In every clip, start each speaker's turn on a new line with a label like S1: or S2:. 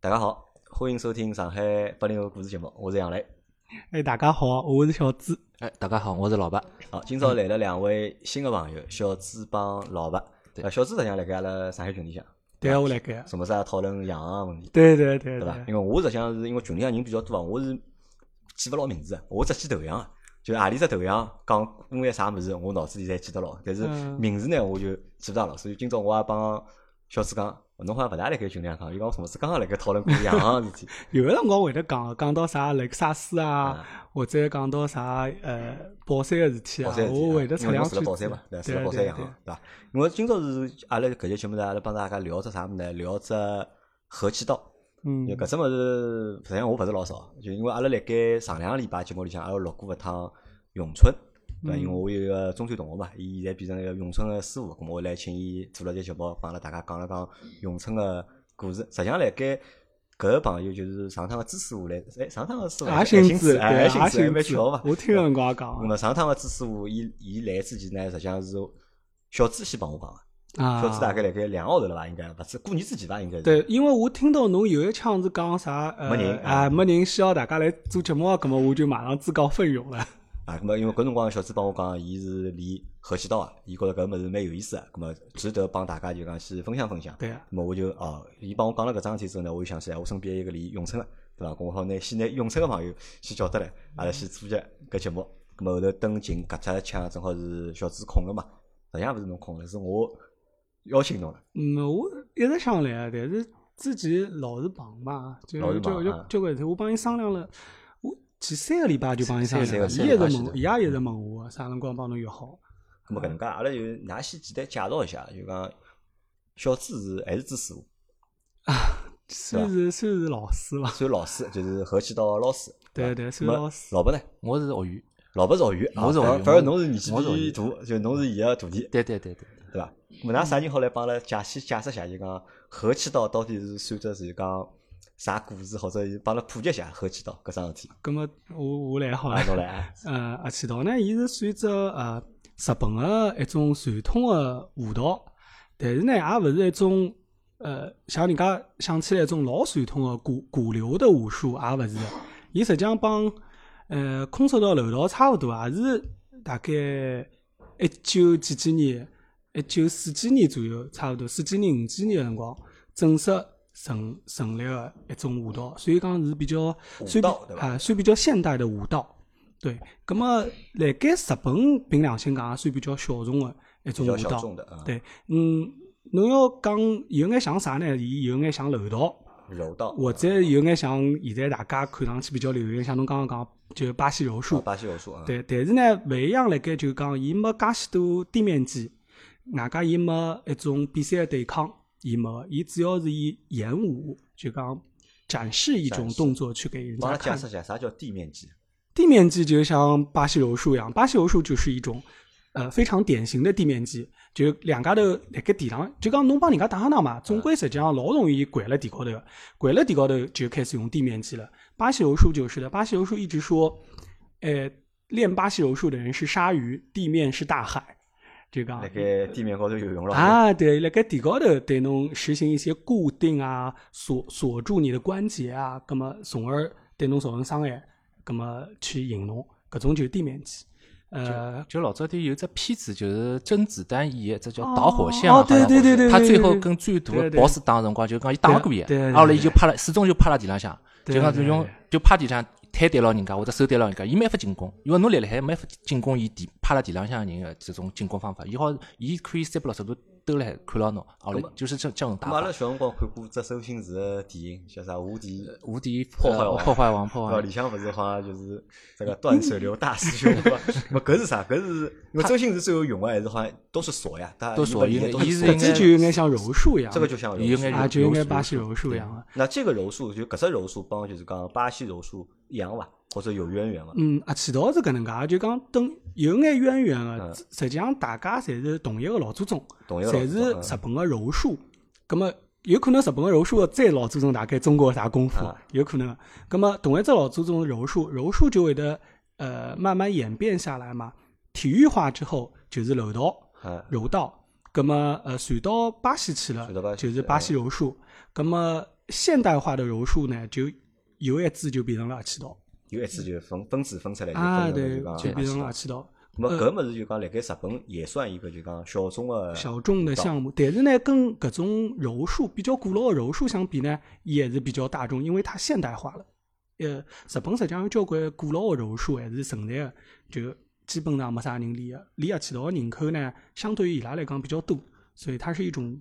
S1: 大家好，欢迎收听上海八零后故事节目，我是杨磊。
S2: 哎，大家好，我是小朱。
S3: 哎，大家好，我是老白。
S1: 好，今朝来了两位新的朋友，小朱帮老白。
S3: 对
S1: 呃，小朱实际上辣盖阿拉上海群里向，
S2: 对啊，我来盖。
S1: 什么啥讨论洋行问题，
S2: 对对对
S1: 对伐？
S2: 对，
S1: 因为我实际上是因为群里向人比较多啊，我是记勿牢名字的，我只记头像啊，就是何里只头像讲因为啥物事，我脑子里侪记得牢，但是
S2: 嗯
S1: 名字呢我就记勿大牢，所以今朝我也帮小朱讲，侬好像勿大辣盖群里向讲，伊讲什么是刚刚辣盖讨论过洋行事体
S2: 有的辰光会得讲，啊讲到啥雷克萨斯啊，
S1: 啊，
S2: 或者讲到啥呃宝山个事体
S1: 宝
S2: 啊
S1: 山，事体啊，
S2: 我会得出
S1: 因为
S2: 两
S1: 侬
S2: 句
S1: 住
S2: 子。
S1: 辣宝山嘛，对
S2: 对
S1: 伐？住辣
S2: 对
S1: 宝山
S2: 对啊
S1: 洋行，啊对伐？因为今朝是阿拉搿节节目呢，阿拉帮大家聊只啥物事呢？聊只合气道。
S2: 嗯
S1: 就，搿只物事，实际上我勿是老少，就因为阿拉辣盖上两个礼拜节目里向，阿拉录过一趟咏春，对伐？
S2: 嗯
S1: 因为我有一个中专同学嘛，伊现在变成一个咏春个师傅，咁我来请伊做了节节目，帮阿拉大家讲了讲咏春个故事。实际上辣盖搿个朋友就是上趟个朱师傅来，哎，上趟个师傅
S2: 也
S1: 姓
S2: 姓
S1: 朱，
S2: 对，啊
S1: 哎，
S2: 也
S1: 姓朱，还
S2: 姓
S1: 蛮巧嘛
S2: 朱。。我听个辰光也 讲啊
S1: 那么上趟个朱师傅，伊伊来之前呢，实际上是小朱先帮我讲个，
S2: 啊，
S1: 小朱嗯大概辣盖两个号头了伐？应该勿止过年之前伐？应该是。
S2: 对，因为我听到侬有一腔是讲啥，呃，
S1: 没人
S2: 啊，
S1: 啊
S2: 没人需要大家来做节目啊，葛么我就马上自告奋勇了。
S1: 啊，咁么因为搿辰光小朱帮我讲，伊是练合气道啊，伊觉着搿物事蛮有意思啊，咁么值得帮大家就讲去分享分享。
S2: 对啊，
S1: 咁么我就哦，伊帮我讲了搿桩事体之后呢，我就想起来我身边有一个练咏春个，对伐？咁我好拿先拿咏春个朋友先叫得来，阿拉先做节搿节目。咁么后头等进搿只腔正好是小朱空了嘛，实际上勿是侬空了，是我邀请侬了。
S2: 嗯，我一直想来啊，但是之前老是忙嘛，就
S1: 老是忙
S2: 就就
S1: 啊
S2: 就搿事体，我帮伊商量了，我前三个礼拜就帮伊商量了，伊
S1: 三
S2: 一直
S1: 个嗯礼拜
S2: 问我，伊
S1: 三
S2: 也一直问我，啥辰光帮侬约好？
S1: 咁么搿能介，阿拉就㑚先简单介绍一下，就讲小朱是还是朱师傅，
S2: 算是算是老师伐？
S1: 算老师，就是合气道老师。
S2: 对
S1: 对伐。
S2: 对，算
S1: 咁么
S2: 老师。
S1: 老婆呢？
S3: 我是学员。
S1: 老伯是学员，
S3: 我是学员
S1: 啊反而侬是年纪
S3: 我是学
S1: 比
S3: 员
S1: 大，就侬是伊个徒弟，
S3: 对对对对，
S1: 对伐？咾么㑚啥人好来帮阿拉解析解释一下，就讲合气道到底是算作是讲啥故事，或者是帮阿拉普及一下合气道搿桩事体。
S2: 葛么我我来好了
S1: 啊，。侬来 啊，
S2: 呃，合气道呢，伊是算只呃日本个一种传统个武道，但是呢，也勿是一种呃像人家想起来一种老传统个古古流的武术，也勿是的。伊实际上帮呃空手道、柔道差勿多，也是大概一九几几年，一九四几年左右，差勿多四几年、五几年个辰光正式成成立个一种武道，所以讲是比较
S1: 武
S2: 算比
S1: 道对吧
S2: 啊，算比较现代的武道。对，咁么辣盖日本凭良心讲，也啊算比较小众的一
S1: 比
S2: 种
S1: 较
S2: 舞
S1: 小众
S2: 蹈。
S1: 的啊，
S2: 对，嗯，侬要讲有眼像啥呢？伊有眼像柔道，
S1: 柔道啊
S2: 或者有眼像现在大家看上去比较流行，像侬刚刚讲就是巴西柔
S1: 啊
S2: 术。
S1: 巴西柔术啊，
S2: 对，但是呢，勿一样辣盖就讲，伊没介许多地面技，外加伊没一种比赛的对抗，伊没，伊主要是以演武，就讲展示一种
S1: 展示
S2: 动作去给人
S1: 帮阿
S2: 家
S1: 拉解
S2: 看
S1: 释。一下啥叫地面技，
S2: 地面技就像巴西柔术一样，巴西柔术就是一种呃非常典型的地面技，就两家头辣盖地上，就讲侬帮人家打相打嘛，总归实际上老容易掼了地高头的，掼了地高头就开始用地面技了。巴西柔术就是的，巴西柔术一直说，呃，练巴西柔术的人是鲨鱼，地面是大海，啊就讲
S1: 辣盖地面高头游泳了，
S2: 啊，对，辣盖地高头对侬实行一些固定啊，锁锁住你的关节啊，葛么从而对侬造成伤害，葛么去引侬，搿种就是地面技。呃，
S3: 啊就老早点有只片子，就是甄子丹演的，这叫《导火线》
S2: 哦
S3: 啊。
S2: 对
S3: 好像
S2: 对对对
S3: 他
S2: 对
S3: 最
S2: 对
S3: 后
S2: 对
S3: 跟最大
S2: 对
S3: 的
S2: 对
S3: boss 打的辰光，就讲伊打不过伊
S2: 对对，对
S3: 后来伊就趴了，始终就趴辣地浪向，
S2: 对
S3: 就讲
S2: 对
S3: 就用
S2: 对
S3: 就趴地上摊对牢人家，或者手对牢人家，伊没法进攻，因为侬立辣海没法进攻伊地趴辣地浪向的人的这种进攻方法，伊好伊可以三百六十度兜辣海看牢侬，后来就是这这种
S1: 咁
S3: 打
S1: 么阿
S3: 法
S1: 拉。小辰光看过只周星驰个电影，叫啥《无敌》。
S3: 无敌
S1: 破坏
S3: 呃
S1: 王
S3: 破坏王，破
S1: 对
S3: 坏
S1: 吧？
S3: 王
S1: 里，向勿是好像就是这个断水流大师兄，对吧？那么搿是啥？搿是因为周星驰最后用啊的还是好像都是锁呀，大家
S3: 都锁
S1: 一般
S3: 因为
S1: 都是
S3: 伊是
S1: 锁
S2: 搿
S3: 应
S2: 只
S3: 该
S2: 就有眼像柔术一样的，
S1: 这个就像柔
S3: 应该
S1: 术。
S2: 啊，就有眼
S3: 柔
S2: 巴
S3: 术
S2: 西柔术一样啊的。
S1: 那这个柔术就搿只柔术帮就是讲巴西柔术一样伐？或者有渊源伐？
S2: 嗯，啊，起道是搿能介，就讲等有眼渊源个
S1: 嗯，
S2: 实际上大家侪是同一个老祖宗，
S1: 同一个老
S2: 侪
S1: 师
S2: 是
S1: 嗯
S2: 日本个柔术。葛么有可能日本个柔术的再老祖宗大概中国有啥功夫
S1: 啊，
S2: 有可能。葛么同一只老祖宗的柔术，柔术就会得呃慢慢演变下来嘛。体育化之后就是柔道，
S1: 嗯，
S2: 柔道，葛么呃传到巴西去了
S1: 传到巴，西啊
S2: 就是
S1: 去
S2: 巴西柔术。葛么现代化的柔术呢，就有一支就变成了合气道
S1: 有一次就分分支分出哎来，就分
S2: 啊，
S1: 成
S2: 对，
S1: 了
S2: 就
S1: 就
S2: 变成
S1: 讲
S2: 了合
S1: 啊。
S2: 气道。
S1: 那么搿物事就讲，辣盖日本也算一个就讲小众的
S2: 小众的项目，但是呢，跟搿种柔术比较古老的柔术相比呢，也是比较大众，因为它现代化了。呃，日本实际上有交关古老的柔术还是存在的，就基本上没啥人练的，练合气道的人口呢，相对于伊拉来讲比较多，所以它是一种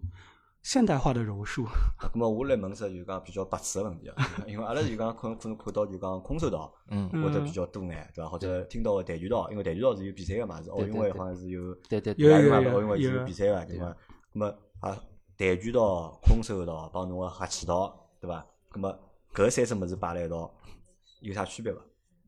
S2: 现代化的柔术。
S1: 咁么我来问只就讲比较白痴个问题啊， 因为阿拉就讲可能可能看到就讲空手道，
S3: 嗯
S1: 或者比较多眼，对伐？或者听到个跆拳道，因为跆拳道是有比赛个嘛，是奥运会
S3: 对对
S1: 好像是有，
S3: 对对
S2: 有
S3: 对，
S1: 亚运
S2: 有
S1: 会、奥运会是
S2: 有
S1: 有比赛个，对伐？咁么啊，跆拳道、空手道帮侬个合气道，对伐？咁么搿三只物事摆辣一道，有啥区别伐？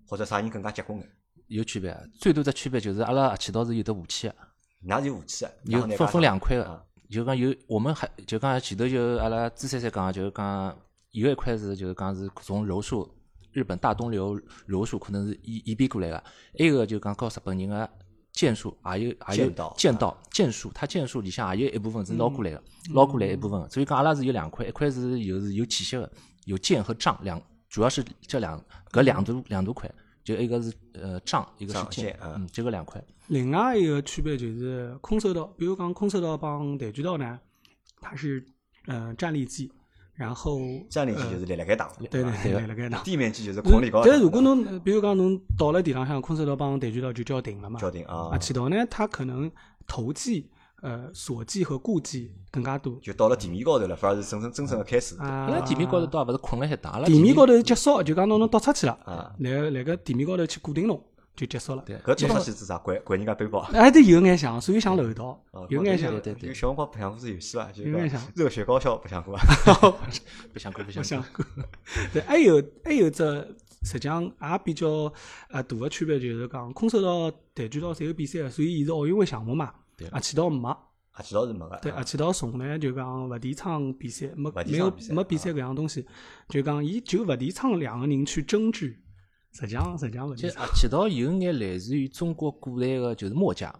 S1: 或者啥人更加结棍眼？
S3: 有区别。最大的区别就是阿拉合气道是有的武器的，啊
S1: 㑚是有武器的，
S3: 有
S1: 㑚
S3: 分分两块
S1: 啊
S3: 的。就讲有我们还就讲前头就阿拉朱三三讲的，就是讲有一块是就是讲是从柔术日本大东流柔术可能是演演变过来的，还有一个就讲告日本人的剑术，还有还有
S1: 剑道啊
S3: 剑道剑术，它剑术里向也有一部分是捞
S2: 嗯
S3: 过来的，捞过来一部分。所以讲阿拉是有两块，一块是有是有体系的，有剑和杖两，主要是这两搿两大两大块，就一个是呃杖，一个是
S1: 杖
S3: 剑
S1: 剑，啊
S3: 嗯，就搿两块。
S2: 另外一个区别就是空手道，比如讲空手道帮跆拳道呢，它是呃站立技，然后
S1: 战力技
S3: 嗯
S1: 就是立辣盖打，
S2: 对
S1: 伐
S2: 对对，辣盖打。
S1: 地面技就是空里高打。
S2: 但如果侬呃比如讲侬倒了地浪向，空手道帮跆拳道就叫停了嘛。
S1: 交定啊
S2: 啊，，气道呢，它可能投技、呃锁技和固技更加多。
S1: 就到了地面高头了，反而是真正真正的开始。
S2: 啊，
S3: 阿拉地面高头倒也勿是困了海打，阿拉
S2: 地面高头结束，就讲侬侬倒出去
S1: 啊
S2: 了，然后来个地面高头去固定侬，就结束了。
S3: 对
S1: 搿接出去是啥？管管人家背包。
S2: 哎，对，有眼像，所以像楼道
S1: 啊，
S2: 有眼像
S1: 对。
S3: 对对对
S1: 有小辰光白相过这游戏伐？就
S2: 有眼
S1: 是
S2: 像
S1: 热血高校白相 过伐？啊
S3: 不想过，不
S2: 我
S3: 想
S2: 想
S3: 过。
S2: 过，对，还有还有只实际上也比较呃大的区别就是讲，空手道、跆拳道侪有比赛的，所以伊是奥运会项目嘛
S3: 对，
S2: 啊，气道没。
S1: 啊，其实是没个。
S2: 对，合气道从来就讲勿提倡比赛，没
S1: 勿提
S2: 没
S1: 倡
S2: 有
S1: 比赛
S2: 没
S1: 啊
S2: 比赛搿样东西，就讲伊就勿提倡两个人去争执，实际上实际上勿
S3: 其
S2: 提
S3: 实
S2: 倡。
S3: 合气道有眼类似于中国古代个就是墨家，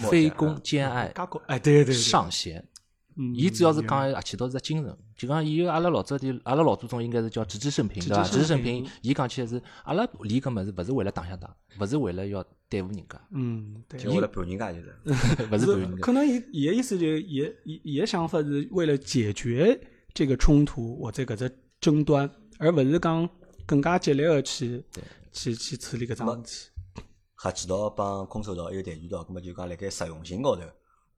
S1: 墨家
S3: 非攻兼爱，
S2: 加高哎，对对对，
S3: 尚贤。
S2: 嗯
S3: 伊主要是讲合气道是只精神，就讲伊阿拉老早的阿拉老祖宗应该是叫直至圣平，
S2: 直
S3: 对伐？
S2: 至
S3: 直至
S2: 圣
S3: 圣平
S2: 平，
S3: 伊讲起来是阿拉练搿物事，勿是为了打相打，勿是为了要对付人家，
S2: 嗯，对
S1: 就，为了盘人家就是。
S3: 勿是
S2: 是
S3: 对付人家。
S2: 可能伊伊个意思就伊伊伊个想法是为了解决这个冲突或者搿只争端，而勿是讲更加激烈个去去去处理搿桩事体。
S1: 合气道帮空手道还有跆拳道，葛么就讲辣盖实用性高头，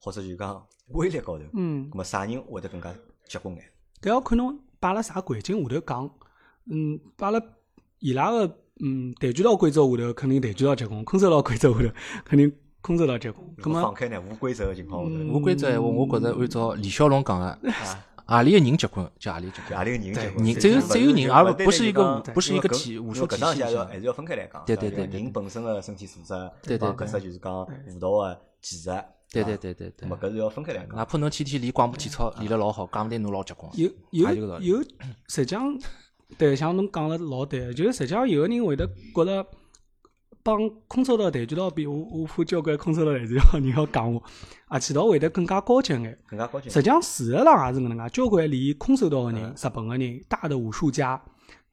S1: 或者就讲威力高头，
S2: 嗯
S1: 葛，么啥人会得更加结棍眼？
S2: 搿要看侬摆辣啥环境下头讲。嗯，摆辣伊拉个嗯跆拳道规则下头，肯定跆拳道结棍；空手道规则下头， 肯定空手道结棍。
S1: 如
S2: 葛嗯
S1: 果放
S2: 么，
S1: 开呢，无规则个情况下头，
S3: 无规则闲话，我觉着按照李小龙讲个，
S2: 嗯
S3: 阿里个人结棍就阿里结棍
S2: 啊
S1: 就。阿里个人结棍。
S3: 人只有
S1: 就
S3: 只有人而不
S1: 不
S3: 是一个不是一个体武术
S1: 搿
S3: 体系
S1: 当下
S3: 里
S1: 要
S3: 向
S1: 还是要分开来讲。
S3: 对
S1: 对
S3: 对对对
S1: 人本身个身体素质，啊
S3: 对对
S1: 帮
S3: 对
S1: 搿只就是讲舞蹈个技术。
S3: 对
S1: 吧
S3: 对对对对
S1: 咁么。搿是要分开来
S3: 哪
S1: 讲。
S3: 怕侬天天练广播体操练得老好，讲勿定侬老结棍。
S2: 有
S3: 也有
S2: 有
S3: 道理
S2: 有，实际 上，对，像侬讲了老对，就是实际上有个人会得觉着帮空手道、跆拳道比，我我怕交关空手道、跆拳道人要讲我，啊，其道会得更加高级眼。
S1: 更加高级。
S2: 实际上，事实上也是搿能介，交关练空手道个
S3: 嗯
S2: 人、日本个人、大的武术家，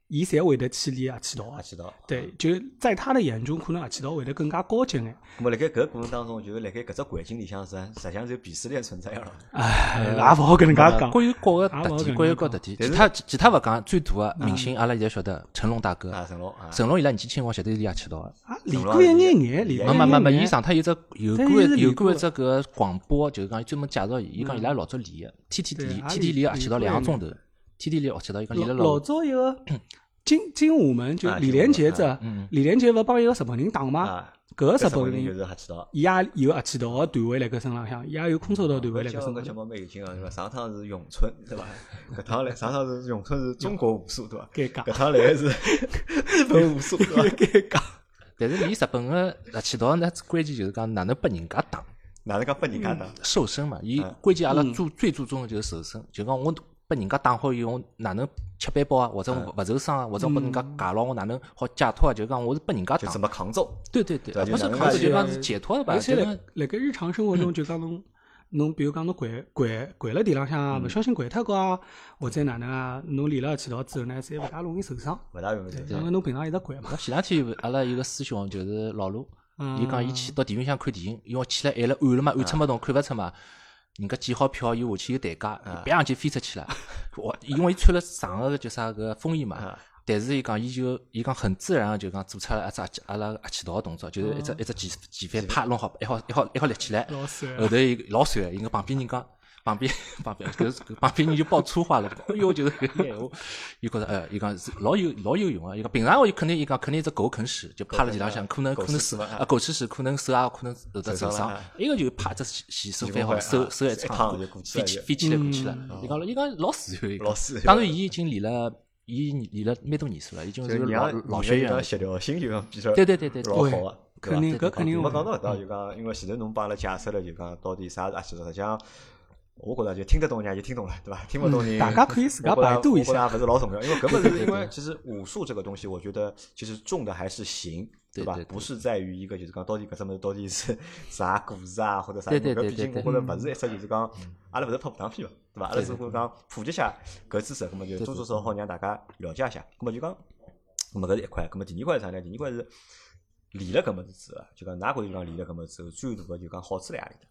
S2: 伊侪会得去啊练合气道的。
S1: 合气道。
S2: 对，就在他的眼中，可能合啊气道会得更加高级眼。
S1: 咁么辣盖搿过程当中，就是辣盖搿只环境里向，实实际上是有鄙视链存在个。
S2: 哎，也勿好搿能介讲。
S3: 各有各个
S2: 也勿
S3: 特
S2: 好
S3: 点，
S2: 搿
S3: 各有
S2: 能
S3: 各
S2: 讲嗯
S3: 特点。
S1: 但
S3: 其
S1: 是
S3: 他其他勿讲，最大个明星阿拉现在晓得成龙大哥
S1: 啊，，成龙啊，
S3: 成龙伊拉年纪轻光绝对是练合气道个。
S2: 啊，练过一眼眼，练过
S3: 没
S2: 一
S3: 没没没，
S2: 眼
S3: 伊
S2: 眼。
S3: 上趟有只有
S2: 但
S3: 过
S2: 伊是
S3: 一有
S2: 练
S3: 过
S2: 过
S3: 一只搿个广播，就是讲专门介绍伊，伊讲伊拉老早练个，天天
S2: 对
S3: 练，
S2: 也
S3: 天
S2: 练
S3: 天练合气道
S2: 练过
S3: 两个
S2: 一
S3: 钟头，天天练合气道，伊讲练了
S2: 老
S3: 老
S2: 老早一个金金武门就
S1: 嗯啊
S2: 李连杰
S1: 金武门
S2: 这
S3: 嗯，
S2: 李连杰勿帮一个日本人打嘛，
S1: 啊，
S2: 搿
S1: 搿
S2: 个日
S1: 日本人就
S2: 本人
S1: 是合气道。
S2: 伊也有啊合气道个段位辣搿身浪向，伊也有空手道段位
S1: 搿
S2: 辣搿
S1: 节
S2: 身
S1: 目搿
S2: 浪
S1: 节
S2: 向。
S1: 目蛮有劲个，对伐？上趟是咏春，对伐？搿趟来，上趟是咏春是中国武术，对伐？
S2: 尴尬
S1: 搿趟来是 日本武术，对 伐？
S2: 尴尬，
S1: 啊
S3: 但是练日本啊个合气道呢，关键就是讲哪能拨人家打。
S1: 哪能介拨人家打？
S3: 瘦身嘛，伊
S1: 嗯
S3: 关键阿拉注最注重的就是瘦身，就讲我拨人家打好以后，我哪能吃板包啊，或者
S1: 嗯
S3: 我勿受伤啊，或者我拨人家揩牢，我哪能好解脱啊？就讲我是拨人家
S1: 就
S3: 打
S1: 怎，么抗揍？
S3: 对对对，
S1: 对
S3: 不是
S1: 就哪能
S3: 抗
S1: 而
S3: 拒，
S1: 且
S3: 就讲是解脱了吧？
S2: 而且
S3: 就
S2: 辣
S3: 讲
S1: 嗯
S2: 辣盖日常生活中就讲侬侬比如讲侬掼掼掼了地浪
S1: 嗯
S2: 向，勿小心掼脱个啊，或者哪能啊，侬练了几道之后呢，侪勿大容易受伤。
S1: 勿大容易受伤。
S2: 因为侬平常一直掼嘛。
S3: 那前两天阿拉有个师兄就是老卢，
S2: 嗯
S3: 伊讲伊去到电影院看电影，因为去了晚了晚了嘛，暗出没动，看勿出嘛。人家记好票，伊下去有代价，一别上去飞出去了。我因为伊穿了长个就啥个风衣嘛
S1: 啊，
S3: 但是伊讲伊就伊讲很自然地就讲做出了阿只阿拉阿乞讨个动作，就是一只一只几几番啪弄好，一好一好一好立起来，
S2: 老师，
S3: 后头伊老酸，伊个旁边人讲，旁边旁边搿是搿旁边人就爆粗话了，哎哟，就是搿个闲话，伊觉着哎，伊讲是老有老有用啊，伊讲平常我肯定伊讲肯定一只狗啃屎，就趴辣地浪向，可能
S1: 狗
S3: 可
S1: 吃
S3: 能
S1: 屎
S3: 手
S1: 嘛
S3: 啊狗吃屎，可能手啊可能有得
S1: 受
S3: 受
S1: 伤
S3: 伤
S1: 了，
S3: 一个就趴只洗洗手
S1: 洗
S3: 翻
S1: 手
S3: 好，
S1: 间
S3: 手
S1: 啊
S3: 手一
S1: 一
S3: 趟
S1: 趟就过去
S3: 飞
S1: 了
S3: 起
S1: 就
S3: 飞起来过去了
S2: 嗯，
S3: 伊讲伊讲老自由，伊讲
S1: 老师，
S3: 当然伊已经练了，伊练了蛮多年数了，已经
S1: 就是是
S3: 老
S1: 让
S3: 老学员了
S1: 协调性就讲比较
S3: 对对对对，
S1: 老
S3: 对
S1: 好啊。对吧
S2: 肯定
S3: 对
S2: 搿肯定
S1: 我
S2: 有
S1: 没讲到搿搭就讲，因为前头侬帮阿拉解释了，就讲到底啥是阿西实际上我觉着就听得懂人家就听懂了，对伐？听勿懂人，
S2: 嗯大家可以自家百度一
S1: 我觉
S2: 下。
S1: 得还不是老重要，因为根 本
S3: 对
S1: 是因
S3: 对对
S1: 为其实武术这个东西，我觉得其实重的还是形，
S3: 对
S1: 吧
S3: 对？对
S1: 不是在于一个就是讲到底搿只物事到底是啥故事啊，或者啥。
S3: 对对对
S1: 搿毕竟
S3: 对对嗯
S1: 我觉着勿是一只就是讲，阿拉勿是拍武打片嘛，对吧？阿拉只不过讲普及一下搿知识，葛么就
S3: 对
S1: 多多少少好让大家了解一下。葛么就讲，葛么搿是一块，葛么第二块是啥呢？第二块是练了搿物事之后，就讲㑚觉着就讲练了搿物事之后，最大个就讲好处辣何里搭？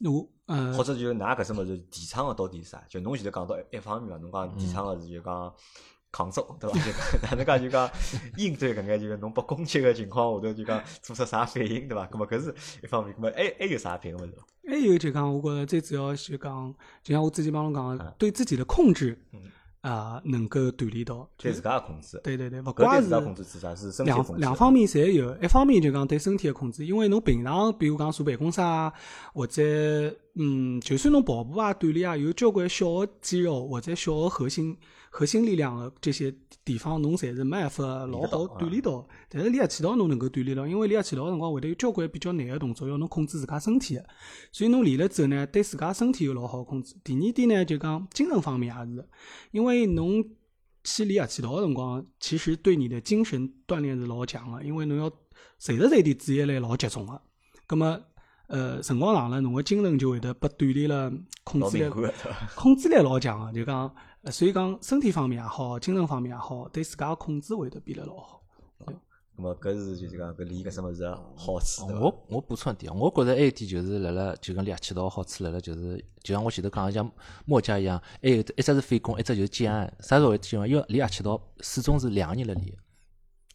S2: 我呃
S1: 或，者就是㑚搿只物事提倡个到底是啥？就侬前头讲到一方面嘛，侬讲提倡个是就讲抗 揍，对伐？就讲 哪能介就讲应对搿眼就是侬被攻击个情况下头就讲做出啥反应，对伐？搿么搿是一方面，搿么还还有啥别个物事伐？
S2: 还有就讲，我觉着最主要是讲，就像我之前帮侬讲
S1: 啊
S2: 的，对自己的控制
S1: 嗯
S2: 啊，能够锻炼到。
S1: 对自家个控制，
S2: 对对对，勿
S1: 搿对
S2: 光
S1: 自
S2: 是
S1: 家控制是啥？是身体控制。
S2: 两两方面侪有，一方面就讲对身体的控制，因为侬平常比如讲坐办公室啊，或者嗯，就算侬跑步啊、锻炼啊，有交关小的肌肉或者小的核心核心力量的这些地方，侬侪是没办法老好
S1: 啊
S2: 锻炼到。但是练合气道侬能够锻炼到，因为练合气道的辰光会得有交关比较难的动作，要侬控制自家身体的。所以侬练了之后呢，对自家身体有老好的控制。第二点呢，就讲精神方面也是，因为侬去练合气道个辰光，其实对你的精神锻炼是老强个，因为侬要随时随地注意力老集中个。葛么，呃，辰光长了，侬个精神就会得被锻炼了，控
S1: 老
S2: 制
S1: 敏
S2: 力
S1: 感个，对伐？
S2: 控制力老强个，就讲，呃所以讲身体方面也好，精神方面也好，对自家个控制会得变得老好。
S1: 搿么搿是就是讲搿练搿只物事个好处，
S2: 哦
S1: 对伐？
S3: 我我补充一点，我觉着还有一点就是辣辣就讲练合气道的好处辣辣就是，就像我前头讲的像墨家一样，还有一只是反攻，一只就是接案。啥时候会接案？因为练合气道始终是两个人辣练，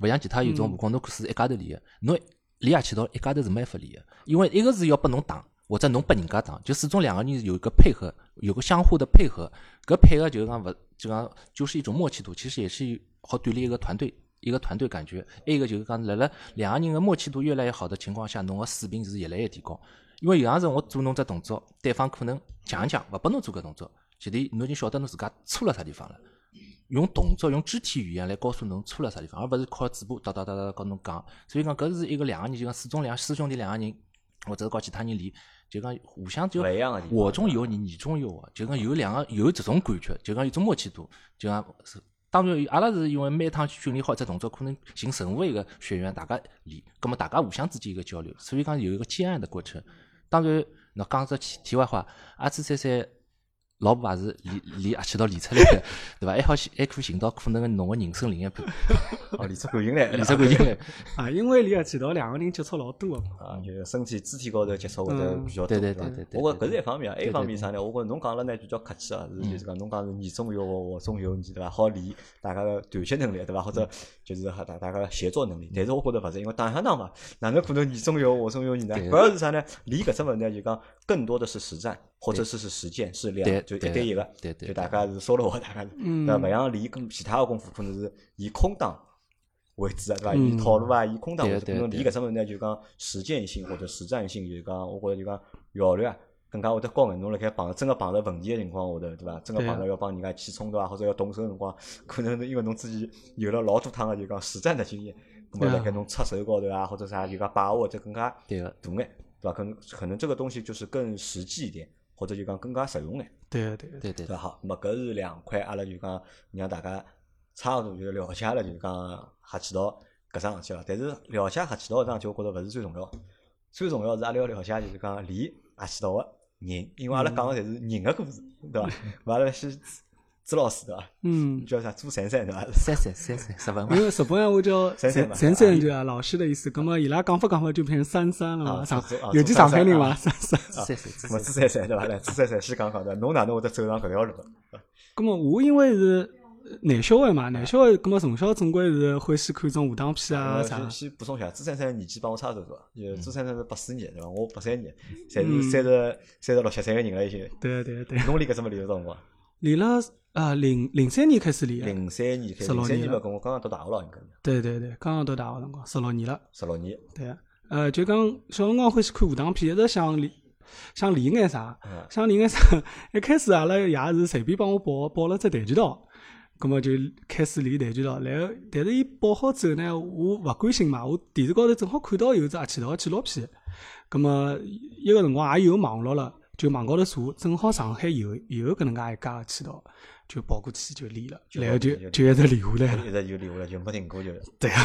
S3: 勿像其他有种武功，侬可是一家头练的。侬练合气道一家头是没办法练的，因为一个是要拨侬打，或者侬拨人家打，就始终两个人有一个配合，有个相互的配合。搿配合就是讲勿就讲就是一种默契度，其实也是好锻炼一个团队。一个团队感觉，还有一个就是讲，辣辣两个人的默契度越来越好的情况下，侬个水平是越来越提高。因为有样子我做侬只动作，对方可能强一强，勿拨侬做搿动作，前提侬已经晓得侬自家错了啥地方了。用动作、用肢体语言来告诉侬错了啥地方，而勿是靠嘴巴哒哒哒哒跟侬讲。所以讲，搿是一个两个人就讲始终两师兄弟两个人，或者是搞其他人练，就讲互相就
S1: 勿一样的地方
S3: 我中有你，你中有我，就讲有两个有这种感觉，就讲有种默契度，就讲是。当然，阿拉是因为每一趟训练好一只动作，可能寻任何一个学员，大家练，葛么大家互相之间一个交流，所以讲有一个接案的过程。当然，侬讲只题题外话，阿兹三三老婆也是练练合气道练出来的，对伐？还好还可以寻到可能侬个人生另一半，
S1: 哦，练出感情来，
S3: 练出感情来。
S2: 啊，因为练合气道两个人接触老多个嘛，
S1: 啊，就是身体肢体高头接触会得比较多。
S3: 嗯对对
S1: 吧
S3: 对对对
S1: 我觉
S3: 对
S1: 搿是一方面啊，还有一方面
S3: 对嗯
S1: 啥呢？我觉着侬讲了呢比较客气啊，是就是讲侬讲是你中有我，我中有你，对伐？好理大家个团结能力，对伐？或
S3: 嗯
S1: 者就是哈大大家个协作能力。但是我觉着勿是，因为打相打嘛，哪能可能你中有我，我中有你呢？
S3: 对
S1: 主要是啥呢？理搿只物事呢，就讲更多的是实战，或者是是实践，是
S3: 对
S1: 两就一
S3: 对
S1: 对一个，
S3: 对对
S1: 就大家是 solo 的，大家是，
S2: 嗯
S1: 那勿像理跟其他个功夫可能是以空档。为主啊，对伐？以
S2: 嗯
S1: 套路啊，以空档为主，
S3: 对对
S1: 可能
S3: 对
S1: 理搿只物事呢，就讲实践性或者实战性，就是讲我觉着就讲效率啊，更加会得高眼。侬辣盖碰真个碰着问题个情况下头，对伐？真个
S2: 对啊
S1: 碰着要帮人家起冲突啊，或者要动手个辰光，可能是因为侬自己有了老多趟个就讲实战的经验，那么
S2: 对啊
S1: 辣盖侬出手高头啊，或者啥就讲把握就更加
S3: 对个
S1: 大眼，对伐？可能可能这个东西就是更实际一点，或者就讲更加实用眼。
S2: 对对
S3: 对对
S1: 对，好，那么搿是两块，阿拉就讲让大家差勿多就了解了，就讲合气道搿桩事体了。但是了解合气道搿桩事体，我觉着勿是最重要，最重要是阿拉要了解就是讲练阿西岛个人，因为阿拉讲个侪是人个故事，对伐？咾阿拉先朱老师对伐？
S2: 嗯，
S1: 叫啥朱珊珊对伐？
S3: 三三三三十文
S2: 因为日本闲话叫
S1: 三三嘛
S2: 三三就啊，老师的意思。葛么伊拉讲法讲法就变成三三了嘛，
S1: 啊
S2: 上
S1: 是是啊
S2: 尤其上海人嘛，
S1: 啊
S2: 三三。
S3: 三三三
S1: 咾么朱珊珊对伐？来朱珊珊先讲讲对伐？侬哪能会得走上搿条路？
S2: 葛么我因为是呃男小孩嘛，男小孩葛么从小总归是欢喜看种武打片啊
S1: 呃
S2: 啥
S1: 先。先补充一下，朱珊珊年纪帮我差勿多多，呃朱珊珊是八四年对伐？我八三年，侪是三十三十六七岁个人了已经。
S2: 对对对，
S1: 侬练搿只物事有辰光？
S2: 练了啊零零三年开始练的。
S1: 零三年开始，
S2: 16
S1: 零三年
S2: 年
S1: 嘛，
S2: 了
S1: 跟我刚刚读大学了，应该是
S2: 对对对，刚刚读大学辰光，十六年了。
S1: 十六年。
S2: 对啊，呃，就讲小辰光欢喜看武打片，一直想练，想练眼啥
S1: 嗯，
S2: 想练眼啥。一开始阿拉爷是随便帮我报报了只跆拳道，葛么就开始练跆拳道。然后，但是伊报好之后呢，我勿甘心嘛，我电视高头正好看到有只合气道纪录片，葛么一个辰光也有网络了，就网高头查，正好上海有有搿能介一家合气道，就跑过去就练了，
S1: 就
S2: 然后就
S1: 跑过去
S2: 就一直练下来了。
S1: 一直就留下来，就没停过就是。
S2: 对啊，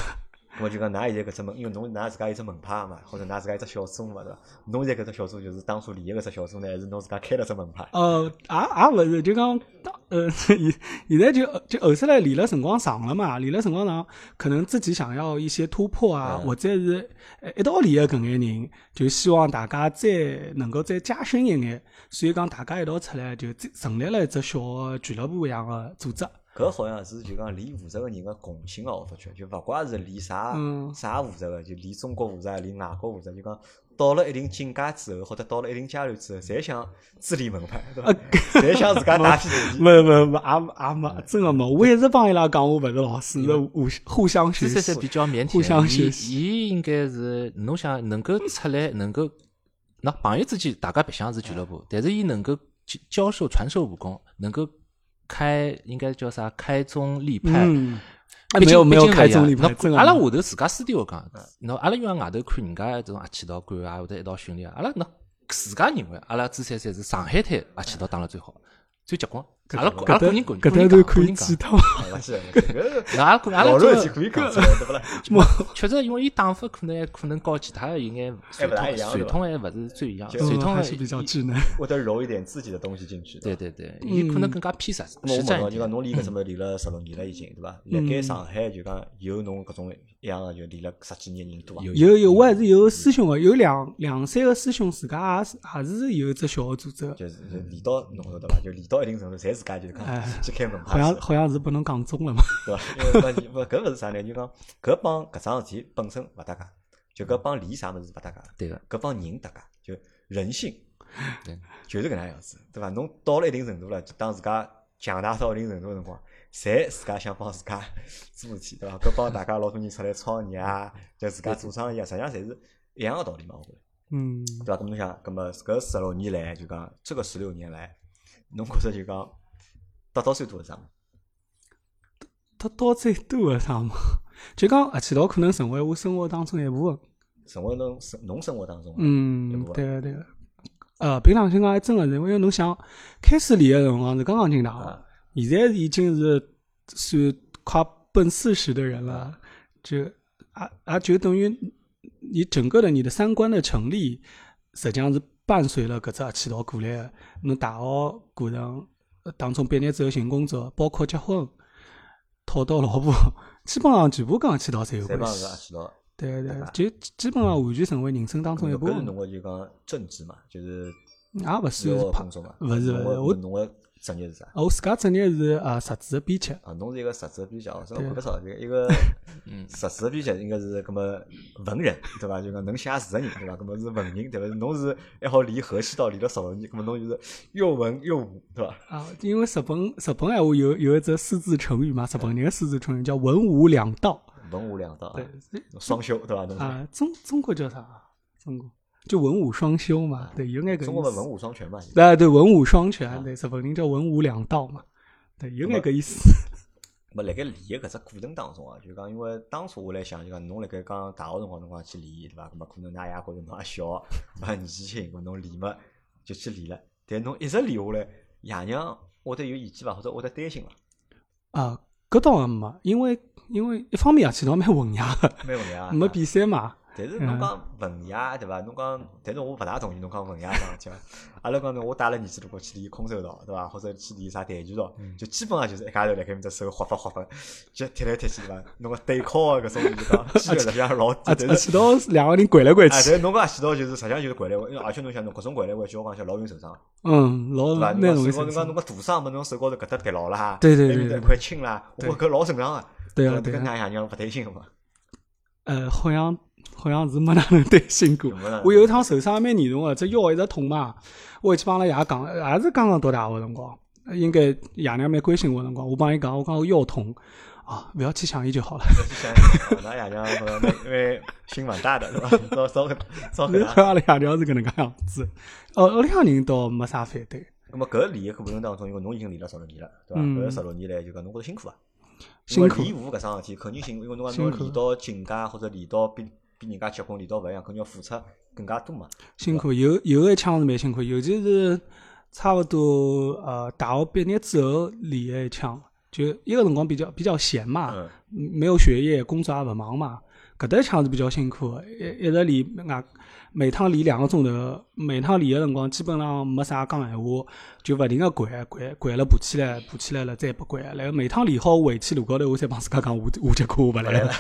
S1: 咁么就讲，㑚现在搿只门，因为侬㑚自家有只门派嘛，或者㑚自家有只小组嘛，对伐？侬现在搿只小组就是当初练的搿只小组呢，还是侬自家开了只门派？
S2: 呃，也也勿是，就讲当呃， 现现在就就后头来练了辰光长了嘛，练了辰光长，可能自己想要一些突破啊，
S1: 嗯
S2: 或者是呃一道练的搿眼人，就希望大家再能够再加深一眼，所以讲大家一道出来就再成立了一只小的俱乐部一样的组织。
S1: 搿好像是就讲练武术个人个共性啊个学法圈，就勿怪是练啥
S2: 嗯
S1: 啥武术个，就练中国武术啊，练外国武术，就讲到了一定境界之后，或者到了一定阶段之后，侪想自立门派，对伐？ 侪想自家打起自己。
S2: 呃没没没，也也没，真的没，我一直帮伊拉讲，我勿是老师，是互互相学习
S3: 四三。三比较腼
S2: 互相学
S3: 腆，伊伊应该是侬想能够出来，能够那朋友之间大家白相是俱乐部，但是伊能够教教授传授武功，能够开应该叫啥开宗立派。
S2: 嗯，
S3: 毕
S2: 没有
S3: 竟
S2: 没有
S3: 毕竟
S2: 开
S3: 勿一样
S2: 宗立派
S3: 侬
S2: 真的
S3: 阿拉
S2: 没
S3: 下头自家私底下讲，侬阿拉因为外头看人家这种合气道馆啊，或者一道训练，阿拉喏自家认为阿拉朱三三是上海滩合气道打了最好，最结棍。阿拉个阿拉
S2: 搿
S3: 个
S2: 搭搿搭都
S3: 人个人个人讲，
S2: 可
S3: 个
S2: 以
S3: 人
S2: 记
S3: 讲，
S2: 他。
S1: 哎勿是，搿
S3: 那阿 拉个阿拉
S1: 老肉
S3: 个
S1: 就可以讲出来，对勿啦？
S3: 确实，因为伊打法可能可能高其他有眼传
S1: 还不大一
S3: 统
S1: 样
S3: 传统还勿是最一样，
S1: 就
S3: 传统
S2: 嗯还是比较稚嫩。
S1: 或者揉一点自己的东西进去。
S3: 对对对，
S2: 嗯
S3: 伊可能更加偏实
S1: 那
S3: 实
S1: 我
S3: 战
S1: 问
S3: 一
S1: 侬，就讲
S3: 点。
S1: 侬练搿只物事练了十六年了已经，对伐？辣
S2: 嗯
S1: 盖上海就讲有侬搿种一样个就练了十几年人多伐？啊
S3: 有
S2: 有有，我还是有师兄个，有两两三个师兄，自家也是也是有只小个组织 的，
S1: 就是就练到侬晓得伐？就练到一定程度，侪自家就是
S2: 哎
S1: 讲去开门
S2: 好
S1: 派
S2: 像
S1: 是，
S2: 好像是被侬讲中了嘛。
S1: 对伐？因为讲勿搿勿是啥呢？就讲搿帮搿桩事体本身勿搭界，就搿帮练啥物事勿搭界，
S3: 对个，
S1: 搿帮人搭界，就人性
S3: 对，
S1: 就是搿能样子，对伐？侬到了一定程度了，就当自家强大到一定程度个辰光，侪自家想帮自家做事体，对伐？搿帮大家老多人出来创业啊，就自家做生意啊，实际上侪是一样个道理嘛，我觉着，
S2: 嗯，
S1: 对伐？咁侬想，搿么搿十六年来，就讲这个十六年来，侬觉着就讲得到最多是啥物事？
S2: 得到最多个啥嘛？就讲合气道可能成为我生活当中一部分。
S1: 成为侬生侬生活当中，，
S2: 嗯，对个对个。呃，平常心讲还真个是，因为侬想开始练个辰光是刚刚进大
S1: 啊
S2: 学，现在已经是算快奔四十的人了，就啊啊，就等于你整个的你的三观的成立，实际上是伴随了搿只合气道过来的。侬大学过程呃当中毕业之后寻工作，包括结婚、讨到老婆，基本上全部跟合气道侪有
S1: 侪
S2: 关
S1: 帮
S2: 系
S1: 是。阿奇道。
S2: 对对
S1: 对吧，嗯
S2: 就基本上完全成为人生当中一部
S1: 搿是
S2: 分。
S1: 侬个就讲正职嘛，就是
S2: 也勿
S1: 自由
S2: 算
S1: 个
S2: 拍
S1: 工作嘛，，
S2: 勿是
S1: 侬
S2: 勿
S1: 个
S2: 是，我
S1: 侬个职业是啥？
S2: 我自家哦职业是啊杂志的编辑，
S1: 啊，侬是一个实职编辑哦，所以
S2: 对
S1: 我不少一 个实职编辑应该是搿么文人对伐？就讲能写字个人对伐？搿么是文人对伐？侬是还好离河西道离了十六年，搿么侬就是又文又武对伐？
S2: 啊，因为日本日本闲话有有一只四字成语嘛，日本人的四字成语叫文武两道，
S1: 文武两道啊，嗯
S2: 对所以
S1: 双修对伐？侬是
S2: 啊，中中国叫啥啊？中国就文武双修嘛，对，有眼搿
S1: 啊中国的
S2: 意
S1: 文
S2: 思。
S1: 武双全嘛？
S2: 对对，文武双全
S1: 啊，
S2: 对，日本人叫文武两道嘛，对，有眼搿意思。
S1: 没辣盖练个搿只过程当中啊，就讲因为当初我来想就讲侬辣盖讲大学辰光辰光去练对伐？搿么可能㑚爷觉着侬还小， 啊年纪轻，搿侬练嘛就去练了，但侬一直练下来，爷娘会得有意见伐？或者会得担心伐？
S2: 啊， 搿倒也没，因为因为一方面啊，其实蛮混呀，
S1: 没问题啊，
S2: 没比赛嘛，
S1: 但是侬讲文雅对伐？侬讲，但是我勿大同意侬讲文雅这样讲。 阿拉讲呢，我带了儿子如果去练空手道，对伐？或者去练啥跆拳道，就基本上就是一家头辣盖面搭手划 分划分，就踢来踢去对伐？侬个对抗啊搿种就讲肌肉实际上老低，
S2: 啊，
S1: 但
S2: 啊
S1: 是
S2: 去到两个人拐来拐
S1: 啊，但
S2: 去，
S1: 是侬讲许多就是实际上就是拐来拐，因为而且侬想侬搿种拐来拐去，我讲像老容易受伤。
S2: 嗯，老
S1: 对伐？
S2: 蛮容
S1: 侬
S2: 易
S1: 手高
S2: 受
S1: 侬讲
S2: 伤
S1: 侬。个涂伤嘛，侬手高头搿搭跌牢了哈，
S2: 对对
S1: 那
S2: 对
S1: 面搭
S2: 对
S1: 一块青啦，我
S2: 对
S1: 觉着搿老正常个。
S2: 对
S1: 伐
S2: 啊，
S1: 迭
S2: 对
S1: 个
S2: 啊，
S1: 哪样让人勿对心个嘛？
S2: 呃，好像好像是没哪能担心 过
S1: 有没有哪。
S2: 我有一趟受伤蛮严重个，只啊腰一直痛嘛。我去帮阿拉爷讲，呃也是刚刚到大学个辰光，应该爷娘蛮关心我个辰光。我帮伊讲，我讲我腰痛啊，勿要去想伊就好了。
S1: 就想想，㑚爷娘好像蛮蛮心蛮大的，是伐？ 早早早搿
S2: 然
S1: 样。
S2: 后阿拉爷娘是搿能介样子，呃，屋里向人倒没啥反对。
S1: 那么搿练个过程当中，因为侬已经练了十六年了，对伐？
S2: 嗯
S1: 搿十六年来就讲侬觉着辛苦伐？啊
S2: 辛苦
S1: 因为练武搿桩事体肯定辛苦，因为侬讲
S2: 辛
S1: 侬
S2: 苦
S1: 练到境界或者练到比比人家结棍练到勿一样，肯定要付出更加多嘛。
S2: 辛苦，有有一腔是蛮辛苦，尤其是差不多呃大学毕业之后练的一腔，就一个辰光比较比较闲嘛，
S1: 嗯，
S2: 没有学业，工作也勿忙嘛，搿搭一腔是比较辛苦的，一一直练外，每趟练两个钟头，每趟练的辰光基本上没啥讲闲话，就勿停个掼掼掼了爬起来，爬起来了再不掼，然后每趟练好回去路高头，我再帮自家讲我我结果我勿来 了，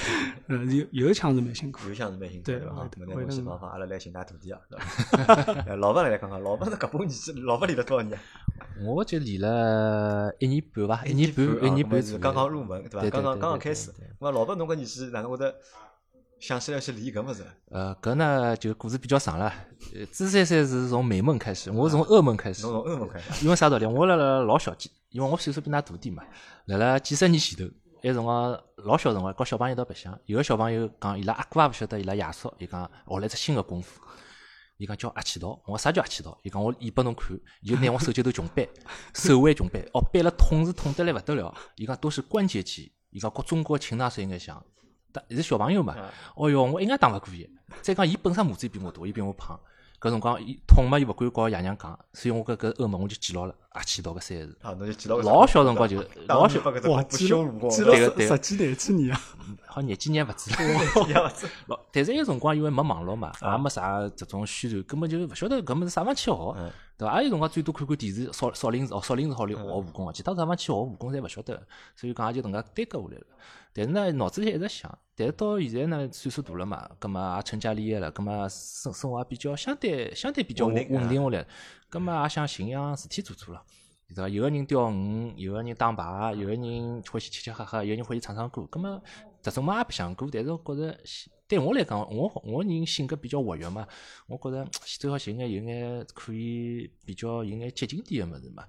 S2: 嗯，有有一腔是蛮辛苦的，
S1: 有相是蛮辛苦
S2: 对
S1: 对伐
S2: 会？
S1: 啊我
S2: 的
S1: 们
S2: 会
S1: 来
S2: 的
S1: 想办法，阿拉来寻㑚徒弟啊。是吧 呃老板来讲讲，老板是搿把年纪，老板练了多少年啊？
S3: 嗯我就练了一年半吧，一年半，
S1: 啊
S3: 一年
S1: 搿么
S3: 半
S1: 是
S3: 左右
S1: 刚刚入门对伐？
S3: 对对
S1: 刚刚
S3: 对
S1: 刚刚
S3: 对
S1: 开
S3: 对
S1: 始
S3: 对。
S1: 那么老板侬搿年纪哪能会得想起来去练搿物事？
S3: 呃，搿呢就故事比较长了。呃，紫珊珊是从美梦开始，我是从噩梦开始
S1: 侬。从英文开始，
S3: 因为啥道理？啊我辣辣老小几，因为我岁数比㑚大点嘛，辣辣几十年前头，埃辰光老小辰光，跟小朋友一道白相，有个小朋友讲伊拉阿哥也勿晓得伊拉爷叔，伊讲学了一只新个功夫，伊讲叫合气道，我讲啥叫合气道？伊讲我演拨侬看，伊就拿我手机头穷扳，手腕穷扳，哦，扳了痛是痛得来勿得了，伊讲都是关节肌，伊讲和中国擒拿术应该像，但是小朋友嘛，哦哟，我一眼打勿过伊。再讲伊本身母子也比我大，伊比我胖。搿辰光伊痛嘛，伊勿敢告爷娘讲，所以我搿搿噩梦我就记牢了，啊，记牢搿三个字。
S1: 啊，侬就记牢搿
S3: 老
S1: 只
S3: 小辰光就
S1: 当
S3: 老
S1: 时
S3: 小，
S1: 把搿只
S2: 哇，
S1: 不
S2: 记
S1: 羞
S2: 了
S1: 辱过，
S2: 记
S3: 对
S2: 了
S3: 个对
S2: 十
S3: 个
S2: 几廿几年啊，
S3: 好廿几年勿 止了。啊
S1: 样子。
S3: 老，但是埃个辰光因为没网络嘛，也没啥这种宣传，根本就勿晓得搿么是啥地方去
S1: 嗯
S3: 学，对伐？也啊有辰光最多看看电视，少少林寺哦，少林寺好里学武功啊，其他地方去学武功侪勿晓得，所以讲也就搿能介耽搁下来了。但是呢，脑子里一直想，但是到现在呢，岁数大了嘛，葛么也成家立业了，葛么生生活也比较相对相对比较
S1: 稳
S3: 稳
S1: 定啊
S3: 稳定下来，葛么也想寻样事体做做了。对伐？有个人钓鱼，有个人打牌，有个人欢喜吃吃喝喝，有个人欢喜唱唱歌。葛么，迭种嘛也白相过，但是我觉着，对我来讲，我我人性格比较活跃嘛，我觉着最好寻眼有眼可以比较有眼接近点个物事嘛。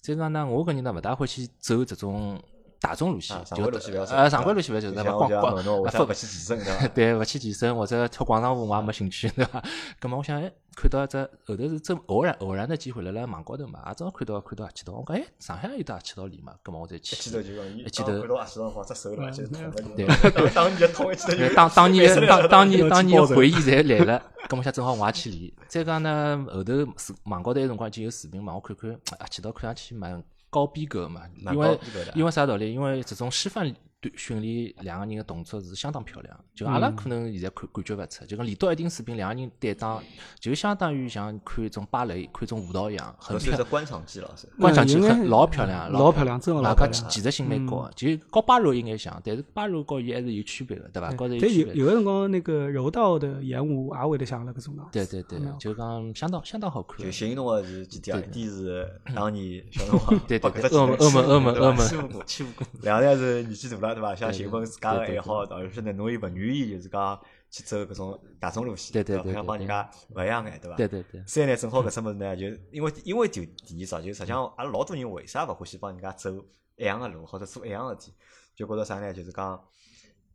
S3: 再讲呢，我搿人呢勿大欢喜走这种大众路线
S1: 啊，常
S3: 就
S1: 规路线勿要走
S3: 呃常规路线勿要走，
S1: 就
S3: 对
S1: 像我
S3: 伐？逛
S1: 就
S3: 逛
S1: 问侬，为
S3: 啊
S1: 啥勿去健身对 伐？
S3: 对，勿去健身或者跳广场舞，我也没兴趣，对伐？咁么，我想，哎，看到一只后头是真偶然偶然的机会，辣辣网高头嘛，也正好看到看到合气道，我讲，哎，上海有得合气道里嘛，咁么我再
S1: 一
S3: 去。
S1: 记头就讲，伊
S3: 一记
S1: 刚
S3: 头
S1: 看到阿西辰光，只手辣就是痛了，
S3: 对
S1: 就当当年的痛一记头
S3: 因为
S1: 就
S3: 当当年
S1: 每次
S3: 的
S1: 来
S3: 当
S1: 了
S3: 当年
S2: 要
S3: 当
S2: 去
S3: 年
S2: 报
S3: 的
S2: 仇
S3: 回忆侪来了， 咁么想正好我也去练。再讲呢，后头视网高头有辰光已经有视频嘛，我看看啊，渠道看上去蛮高逼格嘛，
S1: 蛮
S3: 因
S1: 高
S3: 为
S1: 逼格的啊
S3: 因为啥道理？因为这种师范对训练两个人的动作是相当漂亮，就阿拉
S2: 嗯
S3: 可能现在看感觉勿出，就讲练到一定水平，两个人对打，就相当于像看一种芭蕾、看一种舞蹈一样，很
S1: 都是
S3: 漂
S1: 一只
S3: 亮。啊
S1: 观赏技了，是。
S3: 观赏
S2: 嗯
S3: 性
S2: 应该
S3: 很老漂亮，
S2: 老
S3: 漂
S2: 漂亮真的老
S3: 外
S2: 漂
S3: 加技
S2: 亮啊嗯
S3: 技术性蛮高的，就高巴柔应该像，但是巴柔高伊还是有区别的，对伐？高头
S2: 但
S3: 区
S2: 有
S3: 别。
S2: 有的辰光那个柔道的演武也会得想了搿种样
S3: 对对对
S2: 蛮好，
S3: 就讲相当相当好看
S1: 就。吸引侬个是几点啊？
S3: 对
S1: 一
S3: 的
S1: 点是当年小辰光
S3: 对对
S1: 把搿
S3: 对
S1: 只技
S3: 恶
S1: 能
S3: 魔恶魔
S1: 对伐
S3: 恶魔恶魔
S1: 欺负过，欺负过。 两个呢是年纪大了对伐？想寻份自家个
S3: 对对
S1: 爱好，而且呢侬又勿愿意就是讲去走搿种大众路线，
S3: 对对
S1: 伐
S3: 对
S1: 想帮人
S3: 对对
S1: 家勿一样眼对伐？
S3: 对对对，
S1: 三呢，正好搿只物事呢，就因为因为就第一只，就实际
S3: 嗯
S1: 上阿拉老多人为啥勿欢喜帮人家走一样个路，或者做一样个事体，就觉着啥呢？就是讲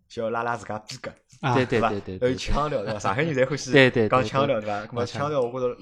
S1: 就要拉拉自家逼格，
S2: 啊
S3: 对
S1: 伐？
S3: 对对
S1: 要有
S3: 对
S1: 腔调对伐？上海人侪欢喜
S3: 对对对
S1: 讲
S3: 对
S1: 腔调对伐？咾么
S3: 讲腔
S1: 腔调我觉着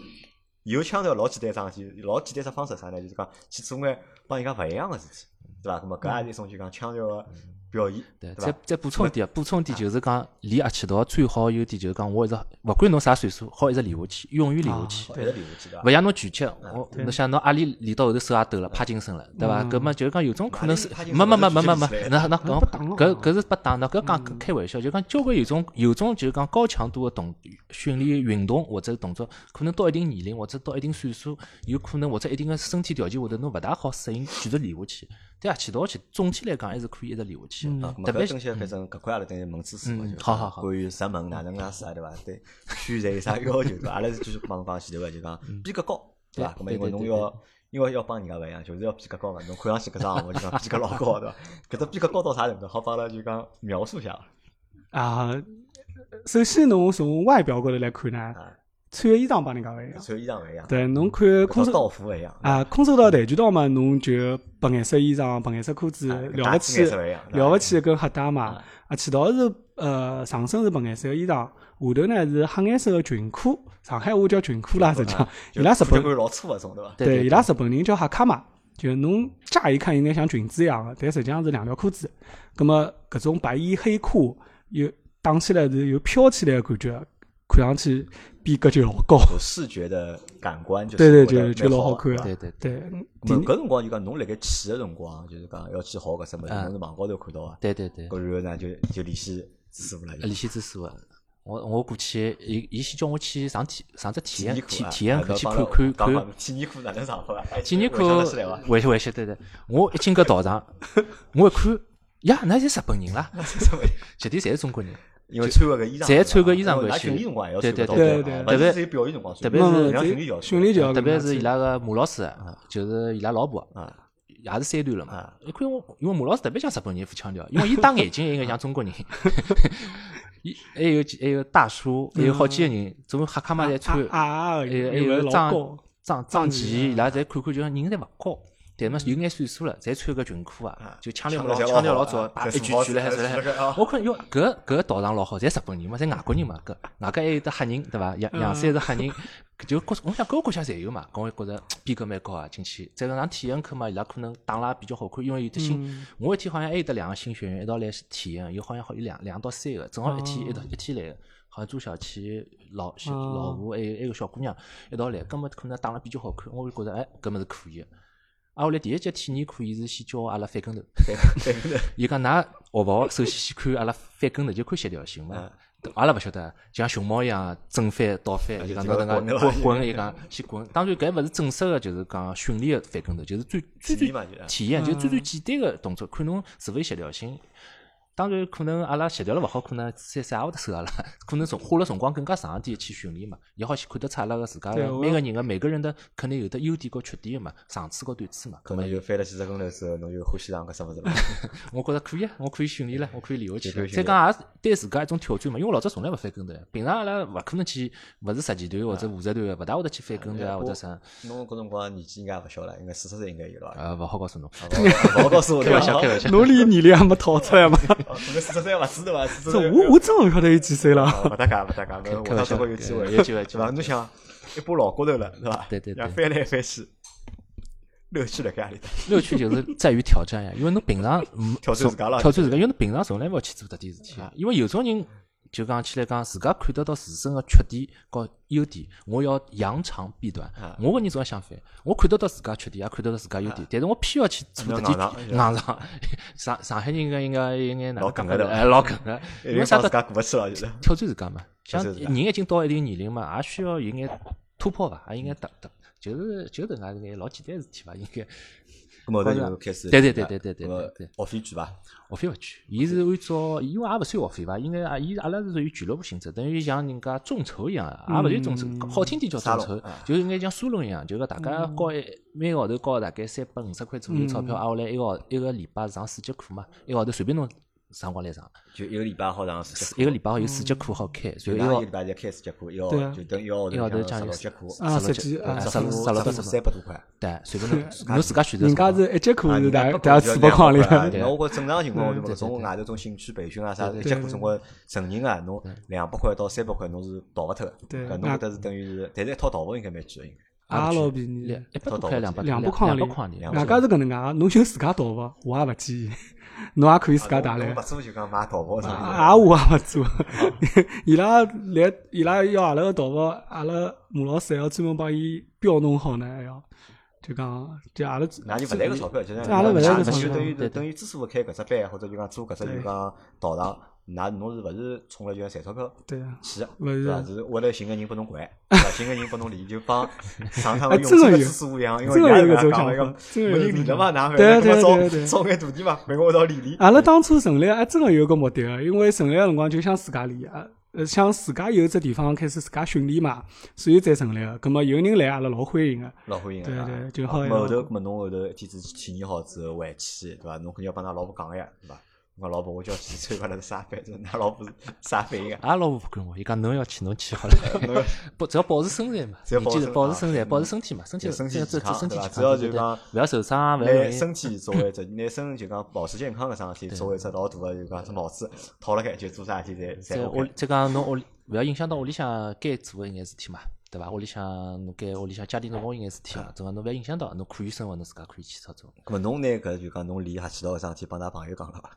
S1: 有腔调老简单一桩事体，老简单只方式是啥呢？就是讲去做眼帮人家勿一样个事体，对伐？咾么搿也是一种就讲腔调个表演，
S3: 嗯对，
S1: 对啊
S3: 再
S1: 伐？
S3: 再补充一点，补充一点就是讲，练合气道最好的优点就是讲，我一直勿管侬啥岁数，好一直练下去，永远练下去
S1: 好，一直练下去，对伐
S3: 勿？像侬拳击，我
S2: 啊对
S3: 侬想侬阿里练到后头手也抖了，帕金森了，对伐？
S2: 嗯
S3: 搿么就是讲有种可能是
S1: 帕，金
S3: 没
S1: 森
S3: 没没
S1: 勿是
S3: 没没没
S1: 拳击之类，的
S3: 那那
S2: 那
S3: 讲
S2: 不嗯打了
S3: 搿搿是不打，那搿讲开玩笑，就讲交关有种有种就是讲高强度的动训练运动或者动作，可能到一定年龄或者到一定岁数，有可能或者一定的身体条件会得侬勿大好适应，继续练下去。对啊，起到去总体来讲还是可以一直练下去的
S2: 嗯
S1: 啊，
S3: 特
S1: 特
S3: 别
S1: 别
S3: 是
S1: 正些反正搿块阿拉等于问知识嘛，
S3: 嗯
S1: 就是
S3: 好好好
S1: 关于入门哪能介啥对伐？对拳赛有啥要求对伐？阿拉是继续帮侬讲前头个，就讲逼格高对伐？
S3: 对
S1: 咁么
S3: 对
S1: 因为
S3: 对
S1: 侬
S3: 对
S1: 要因为要帮人家勿一样，就是要逼格高嘛。侬看上去搿只项目就讲逼格老高对伐？搿只逼格高到啥程度？好帮阿拉就讲描述一下伐
S2: 啊，首先侬从外表高头来看呢，
S1: 啊，
S2: 穿个衣裳帮人家勿一样。
S1: 穿衣裳勿一样，
S2: 对，侬看空
S1: 搿
S2: 手
S1: 套道服勿一样
S2: 啊，空手道、跆拳道嘛，侬就白颜色衣裳、白颜色裤子
S1: 啊，
S2: 了
S1: 打
S2: 勿
S1: 字
S2: 起
S1: 颜色勿一样，对伐
S2: 了勿起跟黑带嘛
S1: 啊。
S2: 啊，起道是呃上身是白颜色个衣裳，下头呢是黑颜色个裙裤，上海话叫裙裤啦，实际上伊
S1: 就
S2: 拉日
S1: 裤脚
S2: 本
S1: 管老粗搿种对伐？
S3: 对对
S2: 伊拉日本人叫哈卡嘛，就是侬乍一看应该像裙子一样的，但实际上是两条裤子。葛么搿种白衣黑裤有打起来是有飘起来的感觉，看上去逼格就老高。
S1: 有视觉的感官就是
S2: 对对
S1: 觉得
S2: 对，就
S1: 蛮
S2: 老好
S1: 看
S2: 看
S1: 的
S2: 啊
S3: 对对
S2: 对，第
S1: 咁搿辰光就讲侬辣盖去个辰光，就是讲要去学搿只物事，侬是网高头看到啊。
S3: 对对对。
S1: 搿然后呢就就联系师傅了，
S3: 联系支师傅。我我过去，伊伊先叫我去上体上只体验
S1: 验
S3: 体
S1: 课啊
S3: 体验
S1: 啊
S3: 课去
S1: 帮
S3: 看
S1: 了
S3: 看
S1: 讲
S3: 看
S1: 讲体验课哪能上法啊？哎
S3: 体验
S1: 回
S3: 课
S1: 想得起来伐？
S3: 回去回去对对。我一进搿道场， 我一看，呀，那是日本人啦， 绝对侪是中国人。
S1: 因为穿个衣裳，
S3: 侪穿个衣裳
S1: 过
S3: 过
S1: 去。训
S3: 去
S1: 练辰光也要
S3: 对
S1: 穿
S3: 对
S1: 个道
S2: 对
S1: 具
S2: 对
S1: 啊
S3: 对
S1: 勿
S3: 对
S1: 是只有表演辰光
S3: 特
S1: 穿，
S3: 别
S1: 平
S3: 是
S1: 常训练也要
S2: 训练就 要
S3: 特别是伊
S2: 伊
S3: 拉个马老师，就是伊拉老婆，
S1: 啊，
S3: 也是三段了嘛
S1: 啊。
S3: 一看我，因为马老师特别像日本人副腔调，因为伊戴眼镜也应该像 中国人。伊还有几还有大叔，还有好几个人，总共哈卡嘛侪穿。
S2: 嗯啊啊，
S3: 还有还
S2: 个
S3: 有
S2: 老
S3: 张
S2: 高，
S3: 张张琪，伊拉侪看看就像人侪勿高，但嘛有眼岁数了，侪穿个裙裤啊
S1: 啊，
S3: 就腔调
S1: 腔
S3: 老
S1: 调侪
S3: 腔调
S1: 老
S3: 老
S1: 好啊
S3: 早，
S1: 搿
S3: 一
S1: 是
S3: 举
S1: 好
S3: 举了还
S1: 是
S3: 是了
S1: 是是啊
S3: 还。我看哟，搿搿道场老好，侪日本人嘛，侪外国人嘛，搿外加还有得黑人对伐？洋
S2: 嗯
S3: 洋三是黑人，搿就各我想各个国家侪有嘛，搿我觉着逼格蛮高啊，进去再加上体验课嘛，伊拉可能打了也比较好看，因为有得新
S2: 嗯，
S3: 我一天好像还有得两个新学员一道来体验，有好像好有两两到三个，正好一天一道一天来个。好像朱小琪、老小
S2: 哦嗯
S3: 老吴还有还有个小姑娘一道来，根本可能打了比较好看，我就觉着哎，搿么是可以的。啊，我来第一节体验课，伊是先教阿拉翻跟头，伊讲㑚学勿学，首先先看阿拉翻跟头，就看协调性嘛
S1: 嗯。
S3: 阿拉勿晓得，就像熊猫一样正翻倒翻，就讲
S1: 啊就
S3: 侬
S1: 是
S3: 能
S1: 滚的
S3: 介滚滚，伊讲先滚。当然，搿勿是正式个，就是讲训练个翻跟头，就是最最
S1: 体
S3: 最
S1: 验嘛就是啊
S3: 体验，就是最最简单个动作，看侬是勿是协调性。当然，可能阿拉协调了勿好，可能三三也会得手阿拉， 可能从花了辰光更加长一点去训练嘛，也好去看得出阿拉个自家
S2: 对
S3: 个
S2: 我
S3: 每个人个每个人的肯定有得优点和缺点个嘛，长处和短处嘛。
S1: 可
S3: 搿么
S1: 能就翻了几只跟头之后，侬就欢喜上搿只物事了。
S3: 我觉着可以啊，我可以训练了，我可以练下去
S1: 就可
S3: 了。
S1: 以
S3: 再
S1: 训练
S3: 讲也是对自家一种挑战嘛，因为我老早从来勿翻跟头的，平常阿拉勿可能去，勿是实践团或者武术团的，勿大会得去翻跟头啊
S1: 我
S3: 或者啥，
S1: 侬搿辰光年纪应该也勿小了，应该四十岁应该有了吧。
S3: 呃，勿好告诉侬。
S1: 啊勿好勿好告诉我，
S3: 开玩笑，开 玩
S1: 笑。
S3: 笑。
S2: 侬连年龄还没讨出来嘛？
S1: 啊可能四十岁也勿止对伐？四十
S2: 这
S1: 岁
S2: 我我真勿晓得伊几岁了。
S1: 啊勿搭界勿搭界，我
S3: 开
S1: 下
S3: 玩
S1: 趟
S3: 笑
S1: 如果有机会，
S3: 有机会
S1: 对 伐？侬想一把老骨头了，对伐？
S3: 对对对
S1: 然后翻来翻去，乐趣辣盖何里搭？
S3: 乐趣就是在于挑战呀，因为侬平常嗯
S1: 挑战自家啦
S3: 挑战自家，因为侬平常从来勿去做迭点事体啊。因为有种人就讲起来讲，自家看得到自身个缺点和优点，我要扬长避短
S1: 啊。
S3: 我个人总要相反，我看得到自家缺点，也看得到自家优点，但是我偏要去做
S1: 硬
S3: 迭
S1: 上啊
S3: 点硬上。上上海人应该应该应该哪
S1: 老
S3: 能讲
S1: 梗个对伐
S3: 哎，老梗 个，因为
S1: 有
S3: 啥
S1: 啥
S3: 都
S1: 自家过勿去了，就是。
S3: 挑战自家嘛。
S1: 挑
S3: 像
S1: 战自家
S3: 人已经到一定年龄嘛，也需要有眼突破伐，也应该突突，就是就是搿能介眼老简单个事体伐，应该。
S1: 咁后头就开始
S3: 对对对对对对
S1: 咁
S3: 对对
S1: 学费贵伐？
S3: 学费勿贵，伊是按照，因为也勿算学费伐，应该啊，伊阿拉是属于俱乐部性质，等于像人家众筹一样啊，也勿算众筹，好听点叫众
S1: 沙龙
S3: 筹，就是应该像沙龙一样，就是讲大家交一每个号头交大概三百五十块左右钞票，挨下来一个号一个礼拜上四节课嘛，一个号头随便侬啥辰光来上，
S1: 就一个礼拜好上四节
S3: 一个礼拜有四节课好开，
S1: 课，
S3: 然
S1: 就
S3: 后
S1: 一个礼拜才开始节课，一个
S2: 对啊
S1: 就等一个号
S3: 一个号头
S1: 头
S3: 将
S1: 上
S3: 近
S1: 十六节课，
S2: 啊
S3: 十
S2: 十
S3: 六
S2: 几
S3: 节，
S2: 啊
S3: 哎
S1: 十
S3: 十六
S1: 五
S3: 十六到
S1: 十
S3: 十
S1: 五
S3: 八
S1: 三百多块。
S3: 对，随便侬侬自家选择什
S2: 人
S3: 么。
S2: 家是一节课是大
S1: 啊
S2: 大概四百块里
S1: 人家
S2: 向
S1: 不。那我觉正常情况，我就讲
S3: 对对
S1: 从
S3: 对
S1: 外头种兴趣培训啊啥，
S3: 对
S1: 一
S2: 对
S1: 节课中国成人啊，侬两百块到三百块侬是逃勿脱的。
S2: 对
S1: 搿侬
S2: 那
S1: 搿搭是等于是，但是一套道服应该蛮贵的，应该。
S2: 也
S3: 也勿
S2: 老
S3: 贵
S2: 便宜
S3: 两一百多块，两百
S2: 两百
S3: 百块，
S2: 块
S3: 两
S2: 里
S3: 百块里，
S1: 啊两
S2: 外加是搿能介，侬就自家倒伐，我也勿建议。 侬也可以自家带
S1: 我
S2: 来
S1: 勿。做就讲买淘宝
S2: 啊
S1: 上
S2: 啊，我也勿做， 伊拉来伊拉要阿拉个淘宝，阿拉马老师还要专门帮伊标弄好呢，还要就讲就阿拉
S1: 那就勿来个钞票，就
S2: 这阿拉勿来个钞
S1: 就
S2: 票
S1: 等于
S3: 对对
S1: 等于支付宝开搿只班，或者就讲做搿只就讲导航，那侬是勿是冲了就讲赚钞票
S2: 对啊，
S1: 去的，
S2: 勿是
S1: 对伐？是为了寻个人拨侬 管，对伐？寻个人拨侬理，就帮上趟
S2: 哎
S1: 用
S2: 真的
S1: 这个
S2: 有
S1: 支付宝一样，因为
S2: 真的有
S1: 人
S2: 搿
S1: 家
S2: 种
S1: 讲
S2: 想
S1: 了一个
S2: 法真
S1: 没
S2: 的有
S1: 人理了嘛，哪会
S2: 对
S1: 那
S2: 对对
S1: 么
S2: 对
S1: 招招眼徒弟嘛，陪我一道理理。
S2: 阿拉当初成立还真个有一个目的个，因为成立个辰光就想自家练啊，呃，想自家有只地方开始自家训练嘛，所以才成立个。葛末有人来，阿拉老欢迎个。
S1: 老欢迎
S2: 对
S1: 啊
S2: 对就
S1: 啊
S2: 好
S1: 咁后
S2: 呀
S1: 头，咁么侬后头一天子体验好之后回去，对伐？侬肯定要帮㑚老婆讲呀，对伐？我讲老婆，我叫去参加了个啥班，就是㑚老婆是啥反应啊？
S3: 阿拉老婆不管我，伊讲侬要去侬 去好了，不只要保持身材嘛，
S1: 只要保持
S3: 记得保持身材，
S1: 啊
S3: 保持身体嘛，身体
S1: 就身体
S3: 这
S1: 健
S3: 这
S1: 康
S3: 身体
S1: 对吧
S3: 健康，
S1: 只要
S3: 对
S1: 就
S3: 对
S1: 讲
S3: 不要受伤啊，不要
S1: 拿
S3: 容易
S1: 身体作为一只，拿身就讲保持健康搿桩事体作为一只老大个就讲只帽子套辣盖，就做啥事体侪
S3: 再
S1: 侪
S3: 屋
S1: OK
S3: 里。再讲侬屋里勿要影响到屋里向该做个一眼事体嘛，对伐？屋里向侬该屋里向家庭弄好一眼事体啊，对伐？侬勿要影响到，侬可以生活，侬自家可以去操作。
S1: 咁么侬拿搿就讲侬练合气道搿桩事体帮㑚朋友讲了伐？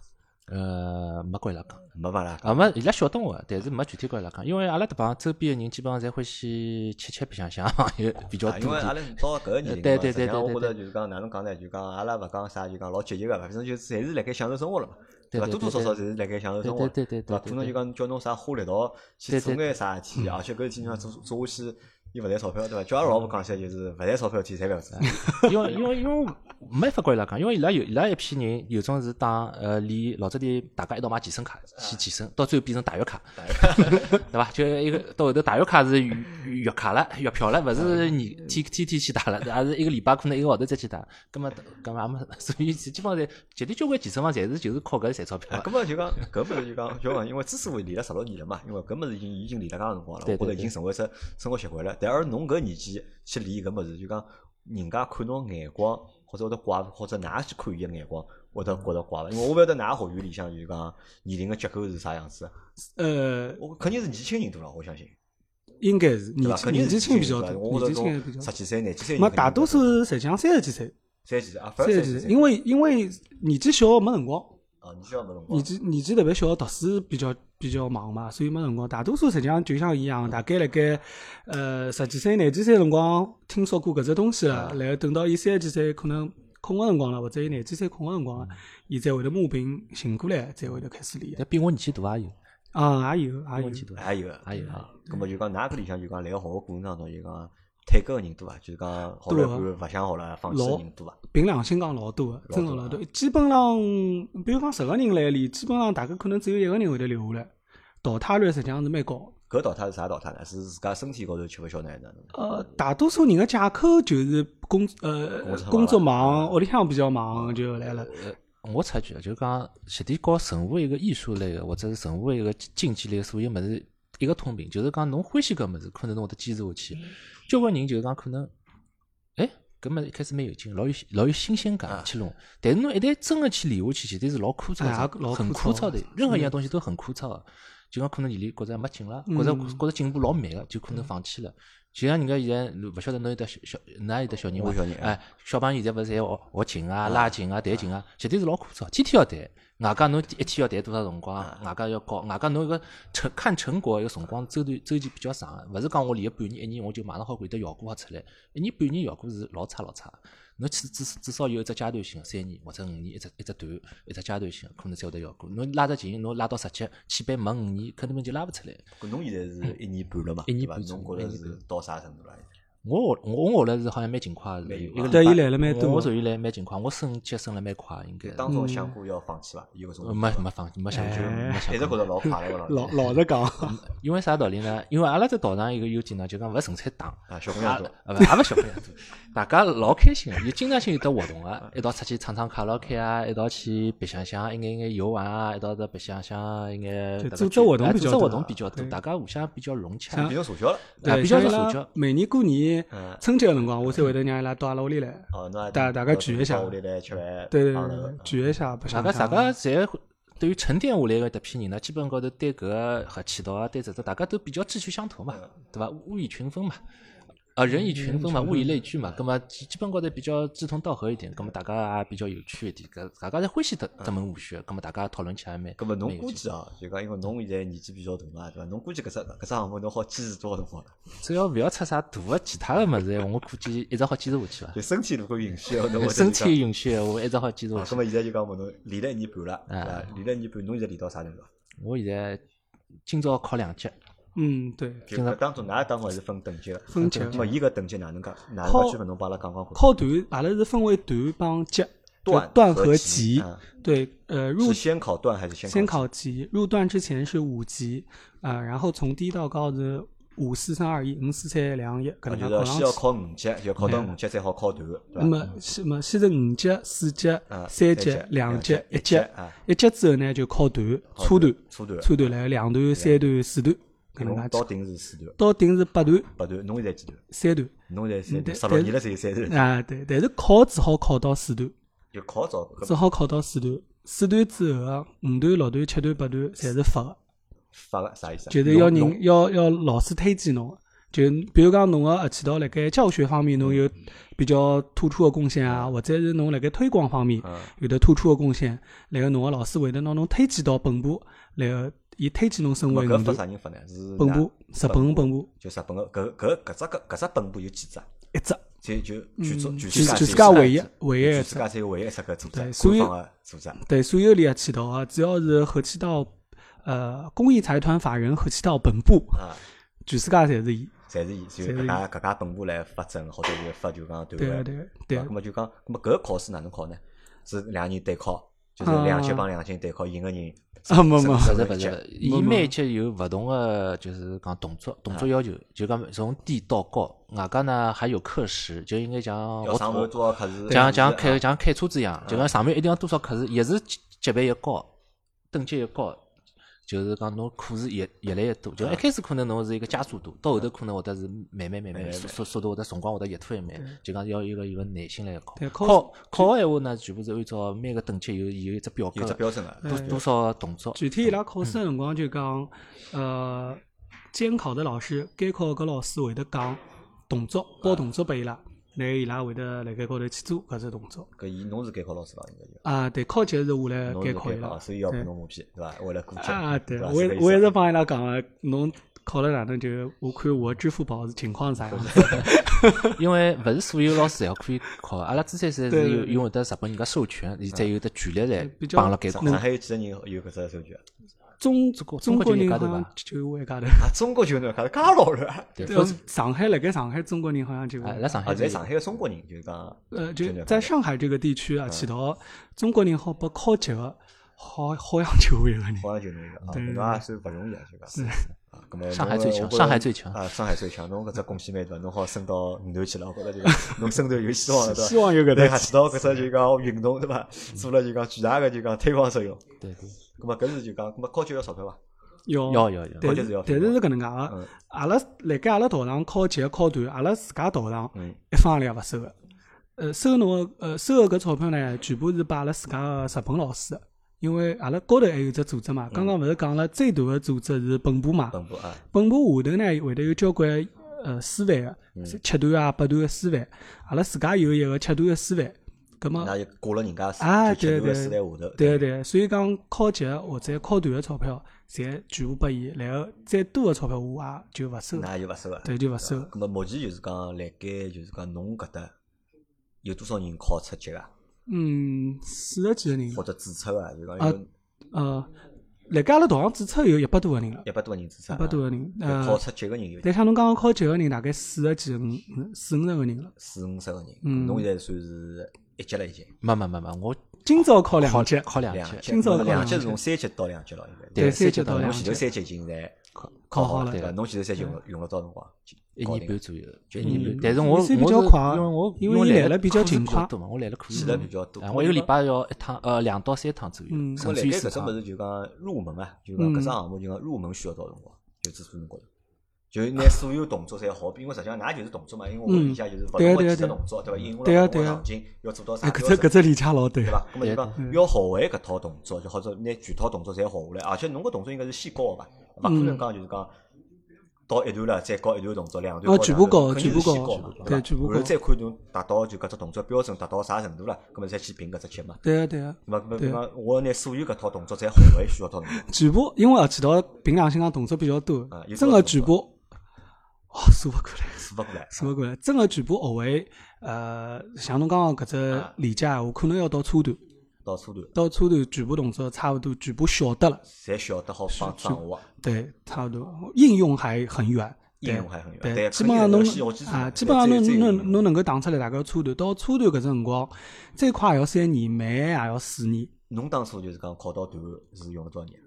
S3: 呃，没跟伊拉讲，
S1: 没帮伊拉讲。
S3: 啊没，伊拉晓得我的，但是没具体跟伊拉讲，因为阿拉迭帮周边个人基本上侪欢喜吃吃白相 相，也比较
S1: 啊
S3: 多
S1: 因为阿
S3: 点。
S1: 拉到搿个年龄嘛，
S3: 对对对
S1: 实际上
S3: 对对
S1: 我觉着
S3: 对
S1: 就是讲哪能讲呢？就讲阿拉勿讲啥，就讲老积极个，反正就是侪是辣盖享受生活了嘛，
S3: 对
S1: 伐？
S3: 对
S1: 啊多多
S3: 对
S1: 少少侪
S3: 对
S1: 是辣盖享受生活了，
S3: 对对对对
S1: 伐？
S3: 对
S1: 可能就
S3: 对
S1: 讲叫侬啥花力道去
S3: 对
S1: 做
S3: 对嗯
S1: 眼啥事体，而且搿事体你讲做做下去又勿赚钞票，对伐？叫阿拉老婆讲起来就是勿赚钞票的事体侪勿要做，
S3: 因为因为因为没法跟伊拉讲，因为伊拉有伊拉一批人有种是打呃练老早点大家一道买健身卡去健身，到最后变啊成大浴卡， 对伐？就一个到后头大浴卡是月月卡了，月票了，勿是你天天天去打了，还是一个礼拜可能一个号头再去打。葛么葛么也没，所以基本上侪绝对交关健身房侪是就是靠搿赚钞票
S1: 啊，
S3: 的。
S1: 根本就 讲，搿物事就讲，就讲，因为之所以练了十六年了嘛，因为搿物事已经已经练了介长辰光了，
S3: 对
S1: 我觉着
S3: 对
S1: 已
S3: 对
S1: 经成为一只生活习惯了。但而侬搿年纪去练搿物事，就讲人家看侬眼光，或者会得怪，或者㑚去看伊个眼光，会得觉着怪伐？因为我勿晓得㑚学院里向就是讲年龄个结构是啥样子，
S2: 呃，
S1: 我肯定是年轻人多了，我相信，
S2: 应该是
S1: 对
S2: 年
S1: 伐？
S2: 纪
S1: 肯定
S2: 年
S1: 是
S2: 纪轻比较
S1: 对伐
S2: 多，
S1: 我
S2: 年
S1: 觉着
S2: 纪轻
S1: 种
S2: 比较
S1: 十
S2: 多。
S1: 几岁、廿几岁，
S2: 没，大多数实际上三十几岁，
S1: 三十几岁啊，反
S2: 三
S1: 正三
S2: 十几
S1: 十几
S2: 岁，
S1: 岁
S2: 因为因为年纪小没辰光，
S1: 啊，你需要没辰光
S2: 年纪年纪特别小，读书比较比较忙嘛，所以没辰光。大多数实际上就像伊一样，大概辣盖呃十几岁、廿几岁辰光听说过搿只东西
S1: 啊
S2: 了，然后等到伊三十几岁可能空个辰光了，或者伊廿几岁空个辰
S1: 嗯
S2: 光了，伊才会得磨平醒过来，才会得开始练。
S3: 但比我年纪大也有，
S2: 啊，也有也
S3: 比我
S2: 有
S3: 年纪大
S1: 还有个
S3: 也有啊。
S1: 咁么就讲，㑚搿里向就讲，辣个学个过程当中，就讲退课个人多伐？就是讲好
S2: 多
S1: 乐
S2: 啊
S1: 观勿想好了，放弃个
S2: 老
S1: 人多伐？
S2: 凭良心讲老多个，真个
S1: 老
S2: 老
S1: 多
S2: 多。基本上，比如讲十个人来练，基本上大概可能只有一个人会得留下来，淘汰率实际上是蛮高的。
S1: 搿淘汰是啥淘汰呢？是自家身体高头吃勿消呢？哪能？
S2: 呃，大多数人的借口就是工呃
S1: 工作忙了
S2: 工作忙，屋里向比较忙就来了。
S3: 我插一句，就讲实体和任何一个艺术类的，或者是任何一个竞技类的所有物事，一个通病，就是讲侬欢喜搿物事，可能侬会得坚持下去。交关人就是讲可能，哎，搿物事一开始蛮有劲，老有老有新鲜感去弄，但是侬一旦真的去练下去，其实是老枯燥
S2: 啊哎呀
S3: 的，
S2: 老
S3: 很
S2: 枯
S3: 枯
S2: 燥嗯
S3: 燥的。任何一样东西都很枯燥的，就讲可能你里觉着没劲了，觉着觉着进步老慢了，就可能放弃了。就像人家现在勿晓得侬有得小小，哪有得小人
S1: 我
S3: 伐
S1: 有小人？
S3: 哎，小朋友现在勿是侪学学琴啊、拉琴啊、弹琴啊，绝对是老枯燥，天天要弹。外加侬一天要弹多少辰光？外加要教，外加侬一个成看成果一个辰光周段周期比较长，啊勿是讲我练个半年一年我就马上好会得效果好出来。一年半年效果是老差老差。侬至至至少有一只阶段性，啊三年或者五年一只一只段一只阶段性，啊可能才会得效果。侬拉只琴，侬拉到十级，起班没五年，肯定就拉勿出来。
S1: 搿侬现在是一年半了嘛？
S3: 一年
S1: 对伐？
S3: 半左
S1: 侬
S3: 右
S1: 觉着
S3: 一年
S1: 是到啥程度了？
S3: 我学我我学了是好像蛮勤快的，
S1: 蛮勤
S3: 一
S1: 快
S3: 个
S2: 对
S3: 礼拜
S2: 伊来了蛮多
S3: 我属于来蛮勤快，我升级升了蛮快，应该
S1: 当中想过要放弃伐？有搿
S3: 呃
S1: 种
S3: 没没放没想过，
S2: 哎
S3: 没
S1: 一
S3: 想
S1: 直觉
S3: 过。
S1: 着老快乐个
S2: 老
S1: 老
S2: 老实讲，
S3: 因为啥道理呢？因为阿拉在道场一个优点呢，就讲勿纯粹打，
S1: 啊，小姑
S3: 啊
S1: 娘多。
S3: 啊勿也勿小朋友多， 大家老开心个，有经常性有得活动个，一道出去唱唱卡拉 OK 啊，一道去白相相，一眼眼游玩啊，一道在白相相，一眼
S2: 就
S3: 大家
S2: 组织
S3: 聚
S2: 活动
S3: 哎
S2: 比
S3: 组
S2: 较
S3: 织
S2: 多
S3: 活
S2: 啊
S3: 动比较多，
S2: 对
S3: 大家互相比较融洽。
S1: 变成社交了。
S3: 啊
S2: 对，
S3: 比较
S2: 像伊
S3: 是
S2: 拉
S3: 社交
S2: 每年过年
S1: 嗯
S2: 春节个辰光，我才会得让伊拉到阿拉屋里来，
S1: 哦，那
S2: 大大家聚一下
S1: 下来吃饭，
S2: 对对
S1: 碰
S2: 对
S1: 头
S2: 对，聚一下，白
S3: 大
S2: 相
S3: 家
S2: 相。
S3: 大家侪会对于沉淀下来个迭批人呢，基本高头
S1: 嗯
S3: 对搿个合气道啊，对这这，大家都比较志趣相投嘛，对伐？物以群分嘛。啊，人以群分嘛，
S2: 人以群分
S3: 物以类聚嘛，葛么基基本高头比较志同道合一点，葛么大家也比较有趣一点，搿大家侪欢喜搿搿门武学，葛么大家讨论起来蛮。
S1: 咁么侬
S3: 蛮有
S1: 估
S3: 劲
S1: 计啊，就讲因为侬现在年纪比较大嘛，对伐？侬估计搿只搿只项目侬好坚持多少辰光了？
S3: 只要勿要出啥大个其他个物事，我估计一直好坚持下
S1: 就。
S3: 去伐
S1: 身体如果允许，侬会得
S3: 身
S1: 就讲
S3: 体允许，我一直好坚持
S1: 啊，咁
S3: 下去。
S1: 么现在就讲问侬练了一年半了，对
S3: 啊
S1: 伐？练了一年半，侬现在练到啥程度？
S3: 我现在今朝考两级，
S2: 嗯，对，
S1: 就
S3: 今朝
S1: 搿当中，㑚当中还是分等级个。
S2: 分级
S1: 咁么伊搿等级哪能讲？哪能
S2: 靠
S1: 介区分？侬帮阿拉讲讲看。
S2: 靠段，阿拉是分为段帮级，就
S1: 段
S2: 段
S1: 和
S2: 和
S1: 级
S2: 级
S1: 啊。
S2: 对，呃，入
S1: 是先考段还是先
S2: 先
S1: 考
S2: 考级，入段之前是五级，呃，然后从低到高是五四三二一，五四三两一，搿
S1: 级？就
S2: 能
S1: 是
S2: 介考
S1: 先
S2: 上
S1: 要
S2: 去。
S1: 考五级，要考到五级才好考段，对
S2: 那
S1: 伐？
S2: 么，是么先是五级、四级
S1: 啊、级
S2: 三级、两
S1: 级
S2: 级、
S1: 一
S2: 一
S1: 级
S2: 级
S1: 啊，
S2: 一级之后呢就考段、
S1: 考
S2: 初
S1: 段
S2: 段、
S1: 初段
S2: 初段来两段、三段、四段，
S1: 一
S2: 搿能
S1: 共
S2: 介
S1: 到
S2: 去。
S1: 顶是四段，
S2: 到顶是八段、
S1: 八段，侬现在几段？
S2: 三段
S1: 侬现在三段，
S2: 但
S1: 十六年了才有三段，
S2: 啊，对，但是考只好考到四段，
S1: 就考早。
S2: 只好考到四段。四段之后啊，五段、六段、七段、八段侪是发个。
S1: 发个啥意思啊？
S2: 就是要
S1: 侬
S2: 人要要老师推荐侬，就比如讲侬个合气道辣盖教学方面侬有比较突出个贡献啊，或者是侬辣盖推广方面
S1: 嗯
S2: 有得突出个贡献，然后侬个老师会得拿侬推荐到本部，然后伊推荐侬升
S1: 侬
S2: 为
S1: 搿
S2: 五
S1: 发
S2: 段
S1: 啥人发呢？是
S2: 本
S1: 哪
S2: 部，日本本部
S1: 就日本个搿搿搿只搿搿只本部有几只啊？
S2: 一只，
S1: 就就
S2: 嗯
S1: 全中全
S2: 全
S1: 世
S2: 世
S1: 界
S2: 界唯一唯一
S1: 全
S2: 一
S1: 世
S2: 只
S1: 界只有唯一一只搿组织，啊
S2: 对
S1: 官
S2: 所以
S1: 方个组织。啊
S2: 对所有练合气道啊，只要是合气道呃公益财团法人合气道本部，
S1: 啊，
S2: 全世界侪是伊，
S1: 侪是以就
S2: 侪是
S1: 搿
S2: 以
S1: 家搿家本部来发展，或者是发就讲对
S2: 对
S1: 伐？
S2: 个对个啊对
S1: 伐
S2: 个
S1: 咁。么就讲，咁么搿个考试哪能考呢？是两人对考，就是两级帮两级对考，赢个人
S2: 啊没没
S3: 勿
S1: 不
S3: 是勿是，伊每一级有勿同个，就是讲动
S1: 啊
S3: 作动作要求，就讲从低到高。外加呢还有课时，就应该讲
S1: 要
S3: 哦我
S1: 上完多少课时？
S3: 像
S1: 这样
S3: 像
S1: 子
S3: 开
S1: 啊
S3: 像开车子一样，就讲上面一定要多少课时，越是级级别越高，等级越高，就是讲侬课时越越来越多。
S1: 啊
S3: 就一开始可能侬是一个加速度，到后头可能会得是慢慢慢慢速速速度会得辰光会得越拖越慢，就讲要有一个有个耐心来考
S2: 对。考
S3: 考考个闲话呢，全部是按照每个等级有有一只表格
S1: 有只
S3: 的，
S1: 标准个，
S3: 多多少动作。
S2: 具体伊拉考试的辰光就讲，呃，监考的老师，监考搿老师会得讲动作，报动作拨伊拉，然后伊拉会得辣盖高头去做搿只动作。
S1: 搿伊侬是监考老师伐？应该就
S2: 啊，对，考级是下来
S1: 侬是
S2: 监呃考伊
S1: 监
S2: 拉
S1: 考，。啊所以要拨
S2: 对
S1: 侬马屁，对伐？为了过级
S2: 啊，对，
S1: 伐
S2: 我
S1: 是搿意思
S2: 我一直帮伊拉讲啊，侬考了哪能就，我看我支付宝情况啥样子。
S3: 因为勿是所有老师侪可以考，阿拉之前是
S2: 对对
S3: 有
S2: 对
S3: 用得日本人家授权，伊才有得权力来
S2: 比较
S3: 帮阿拉监考
S1: 上。上海有几个人有搿只啊授权？
S2: 中
S3: 中国
S2: 中
S3: 中国
S2: 国
S3: 就一
S2: 人
S3: 家
S2: 好
S3: 头
S2: 像
S3: 吧
S2: 就我一家头，
S1: 啊，中国球员搿介老了。
S3: 对，
S2: 对哦上海辣盖上海中国人好像就我
S3: 啊，
S2: 一
S3: 来
S2: 家
S3: 上
S1: 啊，
S3: 海
S1: 在
S3: 是
S1: 上海个中国人就是讲，
S2: 呃，
S1: 真
S2: 就
S1: 的
S2: 在上海这个地区啊，起到中国人好拨考级个，好好像就我一个人。
S1: 好像就侬一个啊，
S2: 对
S1: 搿个也算勿容易啊，就讲是啊，搿么
S3: 上海
S1: 侬
S3: 最
S1: 搿
S3: 强
S1: 我觉
S3: 上
S1: 着
S3: 海最强
S1: 啊，上海最强，侬搿只贡献蛮大，侬好升到五头去了，我觉着就讲侬升头有希望了，对伐？
S2: 希望有搿
S1: 对
S2: 搭
S1: 伐？起到搿只就讲运动对伐？做了就讲巨大个就讲推广作用。
S3: 对对。
S1: 搿么搿是就讲，搿么考级要钞票伐？
S2: 要
S3: 要要要
S2: 但
S1: 关键是要
S2: 但
S1: 分
S2: 是是搿能介
S1: 嗯
S2: 个，阿拉辣盖阿拉道场考级考段，阿拉自家道场
S1: 嗯
S2: 一分行钿也勿收个。呃，收侬个呃收个搿钞票呢，全部是拨阿拉自家个日本老师的，因为阿拉高头还有只组织嘛。刚刚勿是讲了，最大个组织是本部嘛，
S1: 本部啊，
S2: 本部下头呢会得有交关呃师范个，七段啊八段个师范，阿拉自家有一个七段个师范，葛末
S1: 那就挂了人家是
S2: 啊，
S1: 就七
S2: 对对
S1: 个四台下头。
S2: 对对，所以讲考级或者考段个钞票，侪全部拨伊，然后再多个钞票我也就勿收，
S1: 那就勿收啊。
S2: 对，就勿收。
S1: 咁么目前就是讲，辣盖就是讲侬搿搭有多少人考出级啊？
S2: 嗯，四十几个人
S1: 或，者注册啊？就讲有
S2: 呃，辣盖阿拉道上注册有一百多个人了，
S1: 一百多个人注册啊，
S2: 一百多个人，
S1: 就考
S2: 呃，
S1: 出级个人有
S2: 但像侬刚刚考级个人，大概四十几个人，嗯四五十个人了。
S1: 四五十个人，
S2: 嗯
S1: 侬现在算是一级了已经，
S3: 没没没没，我
S2: 今朝考两级，
S3: 考两
S1: 两
S3: 级，
S1: 级，
S2: 今朝
S1: 侬两
S2: 考
S1: 级
S2: 两
S1: 是从三级到两级了，应该。
S3: 对
S2: 三
S3: 级
S2: 级到
S3: 到
S1: 侬
S2: 两
S1: 前
S2: 级
S1: 头，三级已经在
S3: 考
S2: 考
S1: 好了，
S2: 好了嗯
S1: 对伐？侬前头三级用了用了多少辰光？
S3: 一
S1: 搞
S3: 年
S1: 定
S3: 半左右，
S1: 就
S3: 一
S1: 一
S3: 年
S1: 年
S3: 半
S1: 半。
S3: 但是我我
S2: 你
S3: 是
S2: 嗯算比较快啊
S3: 因为我
S2: 因为你
S3: 来
S2: 来了比较
S3: 课时
S2: 勤快
S3: 多嘛，我来了课
S1: 去了比较多
S3: 啊我一个礼拜要一趟，呃，两到三趟左右，
S2: 嗯
S1: 咁
S3: 甚
S1: 辣
S3: 至于
S1: 盖
S3: 四
S1: 搿只
S3: 趟
S1: 物。事就讲入门啊，就讲搿
S2: 嗯
S1: 只项目就讲入门需要多少辰光？就至少侬觉着，就拿所有动作侪好，因为实际上㑚就是动作嘛，因为我
S2: 嗯
S1: 理解就是勿
S2: 对啊
S1: 同个几
S2: 对啊
S1: 只
S2: 对啊
S1: 动作，对伐？应用
S2: 对啊
S1: 了勿同
S2: 对
S1: 个
S2: 啊
S1: 场景，要做到啥
S2: 哎，
S1: 标
S2: 搿只
S1: 准？
S2: 搿只理解老对
S1: 对。伐？咁啊么就讲
S2: 嗯
S1: 要学会搿套动作，就啊
S2: 嗯
S1: 好者拿全套动作侪学下来，而且侬搿动作应该是先教个吧，勿可能讲就是讲到一段了，再搞一段动作，两段
S2: 哦，
S1: 搞
S2: 全
S1: 两
S2: 部
S1: 段
S2: 搞，
S1: 肯
S2: 全
S1: 定
S2: 部
S1: 是先搞
S2: 搞
S1: 嘛，，吧？然后，
S2: 对，全部搞
S1: 再看侬达到就搿只动作标准达到啥程度啊了，葛末再去评搿只吃嘛。
S2: 对啊对啊，
S1: 对伐？搿么
S2: 对
S1: 搿么我拿所有搿套动作侪混为一圈搿套动作，
S2: 全部因为合气道凭良心讲动作比较多
S1: 啊，有
S2: 真
S1: 多少动
S2: 个
S1: 啊
S2: 全部，哦，数勿过来。
S1: 数勿过来。
S2: 数勿过来，真个全部学会，呃，像侬刚刚搿只
S1: 啊
S2: 理解闲话，可能要到初段，
S1: 到车段，
S2: 到初段全部动作差勿多，全部晓得了，
S1: 侪晓得好帮
S2: 是
S1: 掌握，
S2: 对，差不多，应用还很远，对
S1: 应用还很远。
S2: 对，
S1: 但
S2: 基
S1: 肯定
S2: 本上侬
S1: 是有基础
S2: 啊，
S1: 嘛
S2: 基本上
S1: 对
S2: 侬
S1: 这这有应
S2: 侬
S1: 用
S2: 侬能够打出来大概初段，到初段搿只辰光，最快也要三年，慢也要四年。
S1: 侬当初就是讲考到段是用了多少年？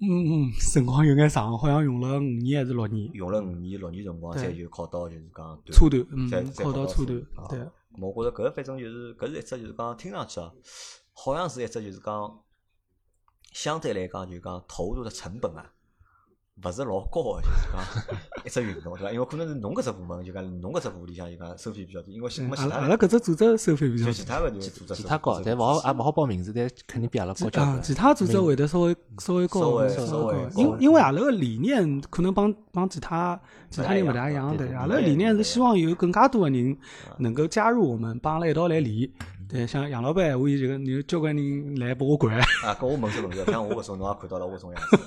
S2: 嗯嗯，辰光有眼长，好像用了五年还是六年。
S1: 用了五年、六年辰光，
S2: 对
S1: 才就考到就是讲段
S2: 初段，嗯
S1: 才，才
S2: 考到
S1: 到
S2: 初
S1: 段
S2: 段，。对
S1: 啊，我觉着搿反正就是搿是一只就是讲听上去啊，好像是一只就是讲相对来讲就是讲投入的成本啊。勿是老高的，就是讲一只运动，对伐？因为可能是侬搿只部门，就讲侬搿只部里向就讲收费比较低，因为
S2: 对
S1: 没
S2: 阿
S1: 其
S2: 拉
S1: 他
S2: 阿
S1: 人
S2: 拉搿只组织收费比较
S1: 就
S2: 低
S1: 其他个就组织
S3: 其他高，但勿好啊也勿好报名字，但肯定比阿拉高交
S2: 啊，
S3: 关。
S2: 其他组织会得稍微稍微
S1: 嗯稍
S2: 高
S1: 微
S2: 一点，
S1: 稍微
S2: 微
S1: 高
S2: 因
S1: 一
S2: 因为
S1: 点
S2: 阿拉个理念可能帮帮其他其他人勿大一
S1: 不
S2: 样
S1: 大
S2: 的
S1: 一，样啊
S2: 阿
S1: 对
S2: 拉
S1: 对
S2: 理念
S1: 对
S2: 是
S1: 对
S2: 希望有更加多的人能够加入我们，帮阿拉一道来练。对，像杨老板闲话，伊就讲有交关人来拨我管，
S1: 嗯啊，跟我问这问题，像我搿种侬也看到了我搿种样子，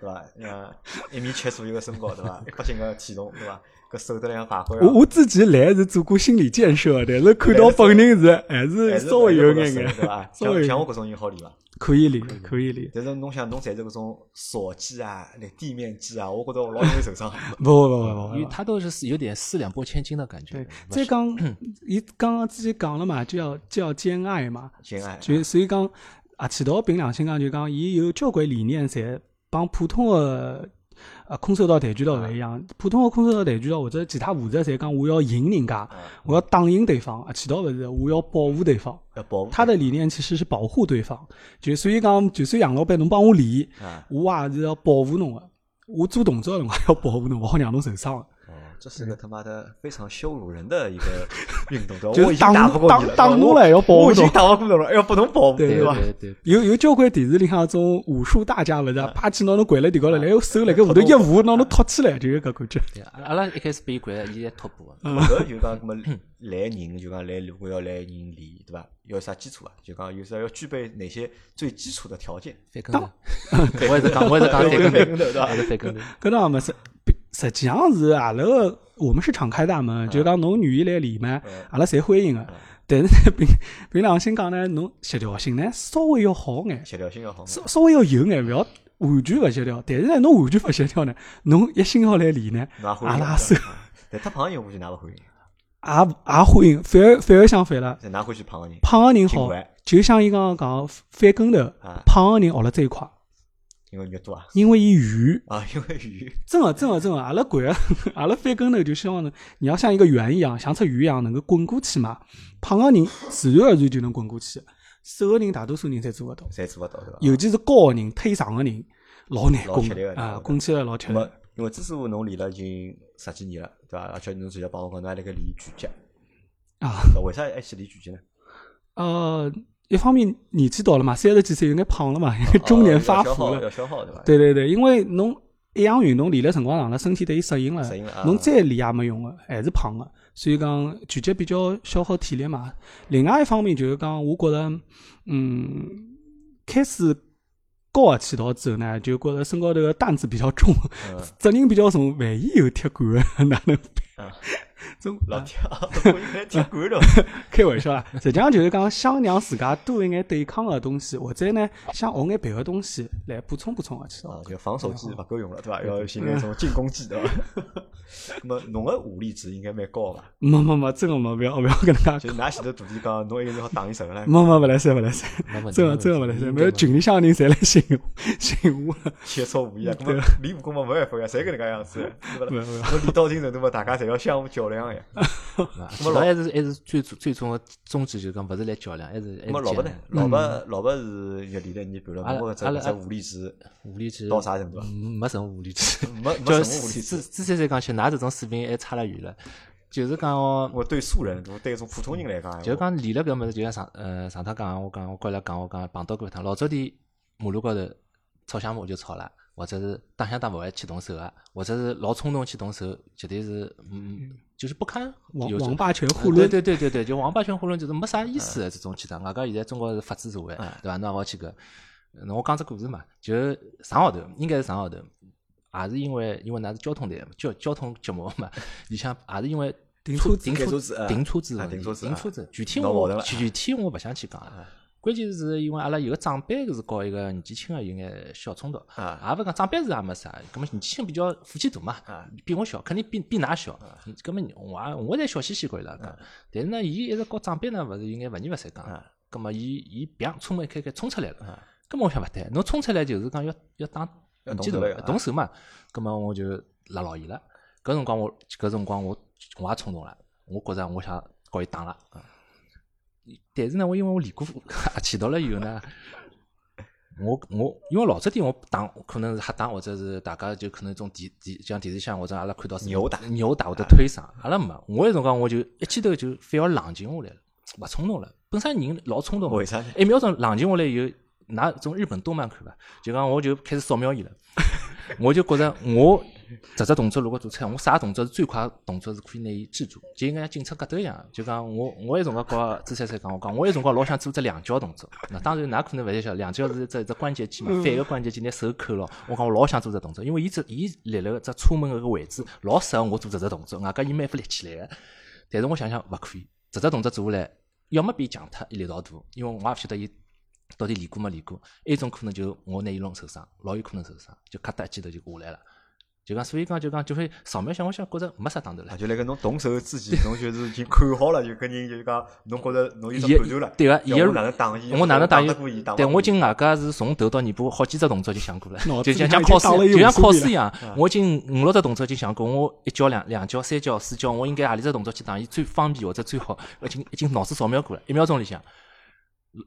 S1: 对伐？像一米七左右个身高，对伐？一百斤个体重，对伐？搿手得两把挥啊
S2: 我，我自己来是做过心理建设的，但是看到本人是还
S1: 还
S2: 是
S1: 是
S2: 稍微有
S1: 还
S2: 眼
S1: 是
S2: 眼
S1: 搿种对伐？
S2: 稍微有
S1: 像像我搿种人好理伐？
S2: 可以练，可以练。
S1: 但是侬想，侬侪是搿种锁技啊、那地面技啊，我觉着我老容易受伤。
S2: 不不不不不
S3: 因为，他倒是有点四两拨千斤的感觉
S2: 对。，再讲，伊刚刚自己讲了嘛，就要就要兼爱嘛。
S1: 亲爱，
S2: 就所以讲，啊，渠道凭良心讲，就讲伊有交关理念，侪帮普通的啊空手道、跆拳道勿一样。普通的空手道、跆拳道或者其他武术，侪讲我要赢人
S1: 啊
S2: 家，我要打赢对方。啊，渠道勿是，我要保护对方。
S1: 要保护
S2: 他的理念其实是保护对方，就所以讲，就算杨老板侬帮我理，
S1: 啊。
S2: 我也是要保护侬的。我做动作的辰光要保护侬，勿好让侬受伤的。
S1: 哦，这是个他妈的非常羞辱人的一个运动，对吧？
S2: 就是
S1: 哦我已经打不过
S2: 打
S1: 你了，
S2: 打
S1: 对吧
S2: 打我了要保护
S1: 我已经
S2: 侬
S1: 打不过侬了，哎要不侬保护，
S2: 对
S1: 对
S3: 对
S1: 吧？
S3: 对对，
S2: 有有交关电视里向那种武术大家勿是啊，啪起拿侬掼了地高头，然后手辣盖下头一扶，拿侬托起来，就有搿感觉。
S3: 对阿拉阿拉一开始被伊掼，伊还托步。
S1: 搿就讲，搿么
S2: 嗯
S1: 来人就讲来，如果要来人练，对伐？要有啥基础啊？就讲有啥要具备哪些最基础的条件？
S3: 翻跟头， 我也是讲，我也是讲翻 跟头，还是翻跟头。
S2: 搿倒没实毕实际上是阿拉个，我们是敞开大门，就讲侬愿意来练嘛，阿拉侪欢迎个。 但是呢，凭凭良心讲呢，侬协调性呢稍微要好眼，
S1: 协调性要好嘛。
S2: 稍稍微要有眼，勿要完全勿协调。但是呢，侬完全勿协调呢，侬一心要来练呢，
S1: 㑚欢
S2: 阿
S1: 迎
S2: 拉
S1: 啊
S2: 手也
S1: 但太胖的人我估计㑚勿欢迎，
S2: 也欢迎，反而反而相反了。
S1: 但㑚欢喜胖个人。
S2: 胖个
S1: 尽
S2: 人好
S1: 管，
S2: 就像伊刚刚讲翻跟头
S1: 啊，
S2: 胖个人学了最快，
S1: 因为肉多啊。
S2: 因为伊圆。
S1: 啊，因为鱼
S2: 真个真个真个，啊阿拉掼个 阿拉翻跟头就希望能，你要像一个圆一样，像只鱼一样能够滚过去嘛。胖个人自然而然就能滚过去，瘦个人大多数人侪做勿到，
S1: 侪做勿到，对伐？
S2: 尤其是高个人、腿长个人，老难
S1: 老
S2: 滚
S1: 吃力
S2: 的
S1: 的
S2: 啊
S1: 对，
S2: 滚起来老吃
S1: 那
S2: 力。
S1: 么，因为之所以侬练了已经十几年了，对伐？而且侬直接帮我讲，侬还辣盖练拳击，
S2: 啊，
S1: 对伐为啥还去练拳击呢？
S2: 呃，一方面年纪到了嘛，三十几岁有眼胖了嘛， 中年发
S1: 哦要消
S2: 福
S1: 耗
S2: 了
S1: 要。消耗，对伐？
S2: 对对对，因为侬一项运动练了辰光长了，身体对伊适应了
S1: 适应了啊，
S2: 侬再练也没用个，还是胖个。所以讲拳击比较消耗体力嘛。另外一方面就是讲，我觉着，嗯，开始高合气道之后呢，就觉着身高头个担子比较重，
S1: 嗯
S2: 责任比较重，万一有踢馆的 哪能办
S1: 啊？
S2: 总
S1: 老
S2: 啊
S1: 铁，我应该踢馆了。
S2: 开玩笑啦，啊实际上就是讲想让自家多一眼对抗个东西，或者呢想学眼别个东西来补充补充合气道
S1: 啊，。就防守技勿够用了，对伐？要寻那种进攻技，对伐？ 那么侬个武力值应该蛮高吧？
S2: 没没没，真个没，不要不要搿能介
S1: 就是㑚前头徒弟讲，侬一个人好打赢十个唻，
S2: 没没勿来三勿来三
S3: 没问，题
S2: 真个
S3: 没
S2: 真个勿
S3: 问
S2: 来
S3: 题
S2: 三，
S3: 应
S2: 没有
S3: 该
S2: 群里向的人侪来 寻我，寻我了。
S1: 切磋武艺啊。那么练武功嘛，没办法呀，侪搿能介样子，是勿啦？
S2: 没有没有
S1: 侬练到定程度嘛，大家侪要相互较量呀。
S3: 哎我老还是还是最最终的宗旨就是讲，勿是来较量，还是还
S1: 那么
S3: 是
S1: 老
S3: 较
S1: 婆呢老
S3: 量。？
S1: 婆老婆是就练了一年半了，
S3: 啊阿拉
S1: 侬觉
S3: 阿拉
S1: 着搿只武力值
S3: 武力值
S1: 到啥程度啊
S3: 嗯没什么武力值，
S1: 没没
S3: 就
S1: 什么武力值
S3: 之之前才讲，其实㑚这种水平还差了远了。就是讲哦，
S1: 我对素人，我对一种普通人来讲，啊
S3: 就是讲练了搿物事，就像上呃上趟讲，我讲我跟伊拉讲，我讲碰到搿一趟，老早点马路高头吵相骂就吵了，或者是打相打勿会去动手个，或者是老冲动去动手，绝对是嗯，就是不堪
S2: 王
S3: 有种
S2: 王霸权互
S3: 对
S2: 论，
S3: 对对对对，就王八圈呼伦就是没啥意思的这种其他。外加现在中国是法治社会，
S2: 嗯
S3: 对伐？侬也好去搿，那我讲只故事嘛，就上号头，应该是上号头，也是因为因为㑚是交通台嘛，交交通节目嘛， 里向也是因为
S2: 停
S3: 车
S2: 车嗯
S3: 停
S1: 改
S3: 车
S1: 车子啊
S3: 停车子
S1: 啊
S3: 问题
S1: 停车子
S3: 停
S1: 啊
S3: 车子，具体
S1: 闹矛盾
S3: 我
S1: 了
S3: 具具体我勿想去讲了。
S1: 哎
S3: 关键是因为阿拉有个长辈是搞一个年纪轻个有眼小冲突，
S1: 啊
S3: 也勿讲长辈是也没啥，葛么年纪轻比较福气大嘛
S1: 啊，
S3: 比我小，肯定比比㑚小，
S1: 哎
S3: 葛么我也我侪小兮兮跟伊拉讲，但是呢，伊一直搞长辈呢，勿是有眼勿二勿三讲
S1: 啊，
S3: 葛么伊伊砰冲门一开开冲出来了，葛么我想勿对，侬冲出来就是讲要要打
S1: 哎要
S3: 年纪
S1: 动
S3: 大
S1: 手了啊
S3: 动手嘛，葛么我就拉牢伊了，搿辰光我搿辰光我我也冲动了，我觉着我想搞伊打了。嗯但是呢，我因为我练过 气啊到了以后呢，我我因为老早点我打可能是黑打或者是大家就可能种电电像电视上或者阿拉看到是
S1: 扭打
S3: 扭打或者推搡，阿拉没。我有辰光我就一记头就反而冷静下来了，勿冲动了。本身人老冲动嘛，哎
S1: 为啥呢？
S3: 一秒钟冷静下来以后，拿种日本动漫看伐，就讲我就开始扫描伊了。 我就觉着我这只动作如果做出来，我啥动作是最快动作是可以拿伊制住，就应该像警察格斗一样。就讲我我有辰光和朱三三讲，我讲我有辰光老想做只两脚动作。那当然，㑚可能勿晓得，两脚是只只关节肌嘛，反一个关节肌拿手扣牢。我讲我老想做只动作，因为伊只伊立了只车门搿个位置，老适合我做这只动作，外加伊蛮法立起来个。但是我想想勿可以，这只动作做下来，要么被伊强脱，伊力道大，因为我也勿晓得伊到底练过没练过，还有一种可能就我拿伊弄受伤，老有可能受伤，就咔嗒一记头就下来了。就讲，所以讲就讲就会扫描一下，我想觉着没啥打头了
S1: 啊，。就辣盖侬动手之前，侬就是已经看好了，就跟人就是讲，侬觉着侬有
S3: 伊
S1: 只判断了，
S3: 对个，伊
S1: 要
S3: 个
S1: 我哪能打伊，
S3: 我哪能打
S1: 得过伊，打
S3: 对
S1: 不
S3: 我
S1: 过
S3: 已经外加是从头到尾巴好几只动作就想过了
S2: 脑，子
S3: 就
S2: 里向
S3: 像像
S2: 已经
S3: 考
S2: 打了
S3: 试，
S2: 有
S3: 就像
S2: 数
S3: 考
S2: 遍
S3: 试一样，
S1: 啊
S3: 我已经五六只动作已经想过，我一脚两两脚、三脚、四脚，我应该何里只动作去打伊最方便或者最好，已经已经脑子扫描过了，一秒钟里向。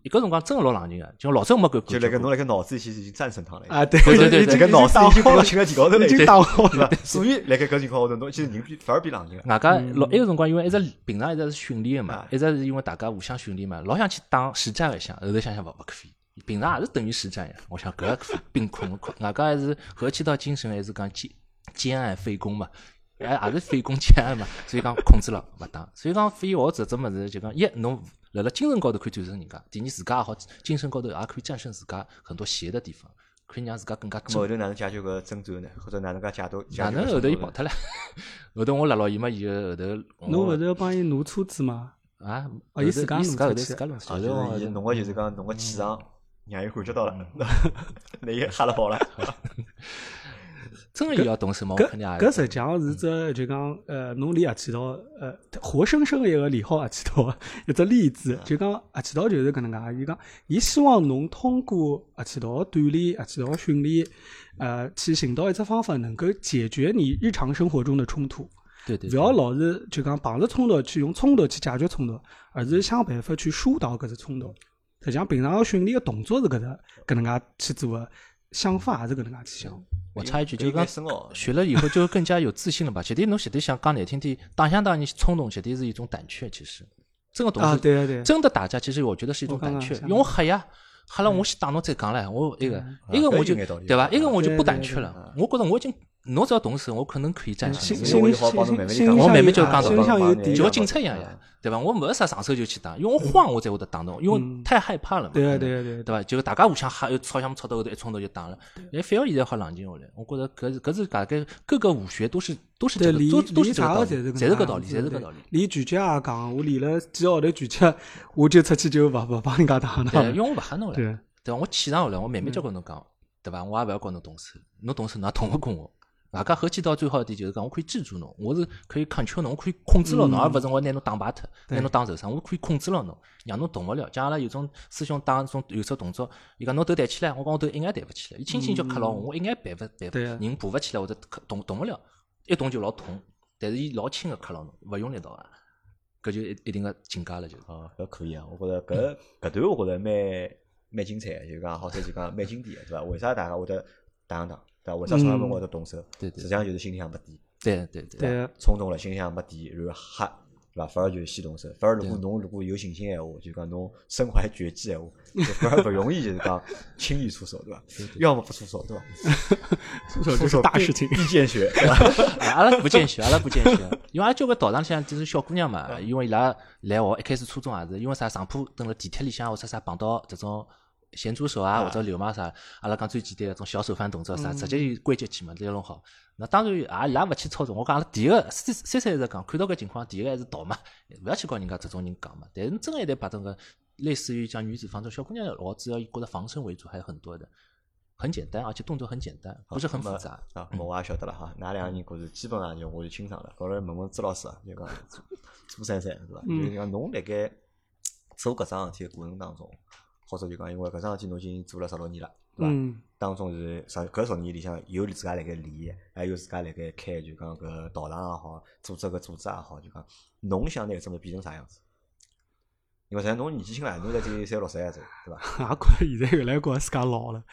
S3: 搿辰光真个老冷静个，就老早没搿感
S1: 就
S3: 觉
S1: 辣盖
S3: 过。
S1: 侬辣盖脑子里向已经战胜他了。
S2: 啊，对
S3: 对对对
S2: 已
S1: 这
S2: 经
S1: 个脑子已经跑
S2: 打好
S1: 到
S2: 了，
S1: 情感提高头来，
S2: 已经
S1: 对
S2: 打好 了，
S1: 吧？所以辣盖搿情况下头，侬其实人比反而变冷静了。
S3: 外加老埃个辰光，因为一直平常一直是训练个嘛
S1: 啊，
S3: 一直是因为大家互相训练嘛，老想去打实战一下，后头想想勿勿可以，平常也是等于实战呀。我想搿个可以 并控控，外加还是和气道精神，还是讲兼兼爱非攻嘛，也也是非攻兼爱嘛， 所以讲控制了勿打，所以讲非学这只物事就讲一侬。辣辣精神高头可以战胜人家，第二自家也好，精神高头也可以战胜自家很多邪的地方，可以让自家更加
S1: 咁后
S3: 正。
S1: 头哪能解决搿争端呢？或者哪能介解决？哦解决
S3: 哪能
S1: 搿
S3: 后头伊
S1: 冲突
S3: 跑
S1: 呢
S3: 脱了？ 后头我辣牢伊嘛，伊就后头我
S2: 侬勿是要帮伊挪车子吗？
S3: 啊，
S2: 哦伊
S3: 有的
S2: 自家
S3: 伊
S2: 弄
S3: 自家后
S2: 出
S3: 头
S2: 去
S3: 自家弄出
S1: 啊，
S3: 去，
S1: 就
S3: 后
S1: 是伊
S3: 头
S1: 侬个就是讲侬个气场，让伊感觉到了，
S3: 嗯
S1: 那伊吓了 跑了。
S3: 真个伊要动手嘛，我
S2: 搿
S3: 啊哦肯定也
S2: 搿实际上是只就讲呃，侬练合气道呃，活生生的一个练好合气道的一只例子。就讲合气道就是搿能介，伊讲伊希望侬通过合气道锻炼、合气道训练，呃，去寻到一只方法能够解决你日常生活中的冲突。
S3: 对对，
S2: 勿要老是就讲碰着冲突去用冲突去解决冲突，而是想办法去疏导搿只冲突。实际上，平常的训练个动作是搿只搿能介去做的，想法也是搿能介去想。
S3: 我插一句，
S1: 搿
S3: 就
S1: 应该
S3: 讲
S1: 深奥
S3: 学了以后就更加有自信了吧？绝对侬绝对想讲难听点，打相打你冲动，绝对是一种胆怯，其实真个动
S2: 啊，
S3: 手
S2: 对啊对啊，
S3: 真的打架，其实我觉得是一种
S2: 我刚
S3: 胆
S2: 刚
S3: 怯，
S2: 想嗯啊
S3: 因为我吓呀，吓了我先打侬再讲嘞，我一个一个
S1: 搿
S3: 我
S1: 有
S3: 就
S1: 眼道理
S3: 对吧？一个我就
S2: 对
S3: 不
S2: 对
S3: 胆
S2: 对
S3: 怯
S2: 对
S3: 了，我觉得我已经侬只要动手，我可能可以战胜
S2: 心
S3: 你。
S2: 心里心心心里
S3: 我慢慢就讲
S2: 心里
S3: 到
S2: 向
S1: 帮
S2: 有
S1: 帮
S2: 底啊
S1: 你
S3: 就
S1: 讲
S3: 和警察一样呀，对吧？我没啥上手就去打，因为我慌我才会得打侬，因为
S2: 嗯
S3: 太害怕了嘛。
S2: 对啊对啊对啊
S3: 对伐？就大家互相吓，又吵相骂，吵到后头一冲头就打了。哎，反而现在好冷静下来，我觉着搿是搿是大概各个武学都是都是这
S2: 对，啊
S3: 个
S2: 理
S3: 都都是
S2: 理
S3: 这个
S2: 啥个
S3: 道理，
S2: 侪是
S3: 侪是搿道理，侪是搿
S2: 搿
S3: 道理。。
S2: 练拳击也讲，我练了几个号头拳击，我就出去就勿勿帮人家打
S3: 对，
S2: 了
S3: 因。为我勿吓侬了，
S2: 对，
S3: 对伐？我气上下来，我慢
S2: 嗯
S3: 慢交关侬讲，对伐？我也勿要跟侬动手，侬动手侬也动勿过我。外加合气道最好一点就是讲，我可以制住侬，我是可以 control 侬，我可以控制牢侬，
S2: 嗯
S3: 而勿是我拿侬打败脱，拿
S2: 对
S3: 侬打受伤，我可以控制牢侬，让侬动勿了。像阿拉有种师兄打种有手动作，伊讲侬头抬起来，我讲我头一眼抬勿起来，伊轻轻就磕牢我，我一眼抬勿抬
S2: 嗯对啊
S3: 勿，人爬勿起来或者磕动动勿了，一动就老痛，但是伊老轻个磕牢侬，勿用力道啊，搿就一一定个境界了就是。
S1: 啊，搿可以啊，我觉着搿搿段我觉着蛮蛮精彩的，就是讲好像就讲蛮经典的，对伐？为啥大家会得打相打？对伐？为啥从来没
S2: 嗯
S1: 会得动手？
S3: 对对
S1: 实际上就是心里向没底，
S3: 对对对
S2: 对啊
S1: 冲动了，心里向没底，然后吓，对伐？反而就是系统式。反而如果侬如果有信心闲话，就讲侬身怀绝技闲话，就反而勿容易就是讲轻易出手， 对伐？要么不出手，对伐？出
S2: 出手就是
S1: 手
S2: 大
S1: 必
S2: 事情。
S1: 必见血，对伐？
S3: 啊阿拉不见血，阿拉不见血，因为阿拉交关道场里向就是小姑娘嘛，因为伊拉来学一开始初中也是，因为啥上铺蹲辣地铁里向或者啥碰到这种咸猪手啊或者流氓啥，阿拉讲最简单的种小手翻动作啥，直接就关节去嘛，直接弄好。那当然啊也伊拉勿去操作，我讲阿拉第一个三三三一直讲，看到搿情况，第一个还是逃嘛，勿要去跟人家这种人讲嘛。但是真个一旦把这个类似于像女子防守小姑娘学，只要觉得防身为主还有很多的，很简单，而且动作很简单，不是很复杂。
S1: 啊，
S2: 嗯
S1: 咾么我也晓得了哈，㑚两个人故事基本上就我就清爽了。后来问问朱老师啊，就讲朱朱珊珊是伐？
S2: 嗯
S1: 就是讲侬辣盖做搿桩事体的过程当中，或者就讲因为搿桩事体侬已经做了十六年了，对伐？
S2: 嗯
S1: 当中是啥？搿十年里向有自家辣盖练，还有自家辣盖开，就讲搿道场也好，组织搿组织也好，就讲侬想拿搿只物事变成啥样子？因为现在侬年纪轻了，侬才只有三六岁啊，这对 伐？
S2: 也觉着现在越来越觉着自家老了。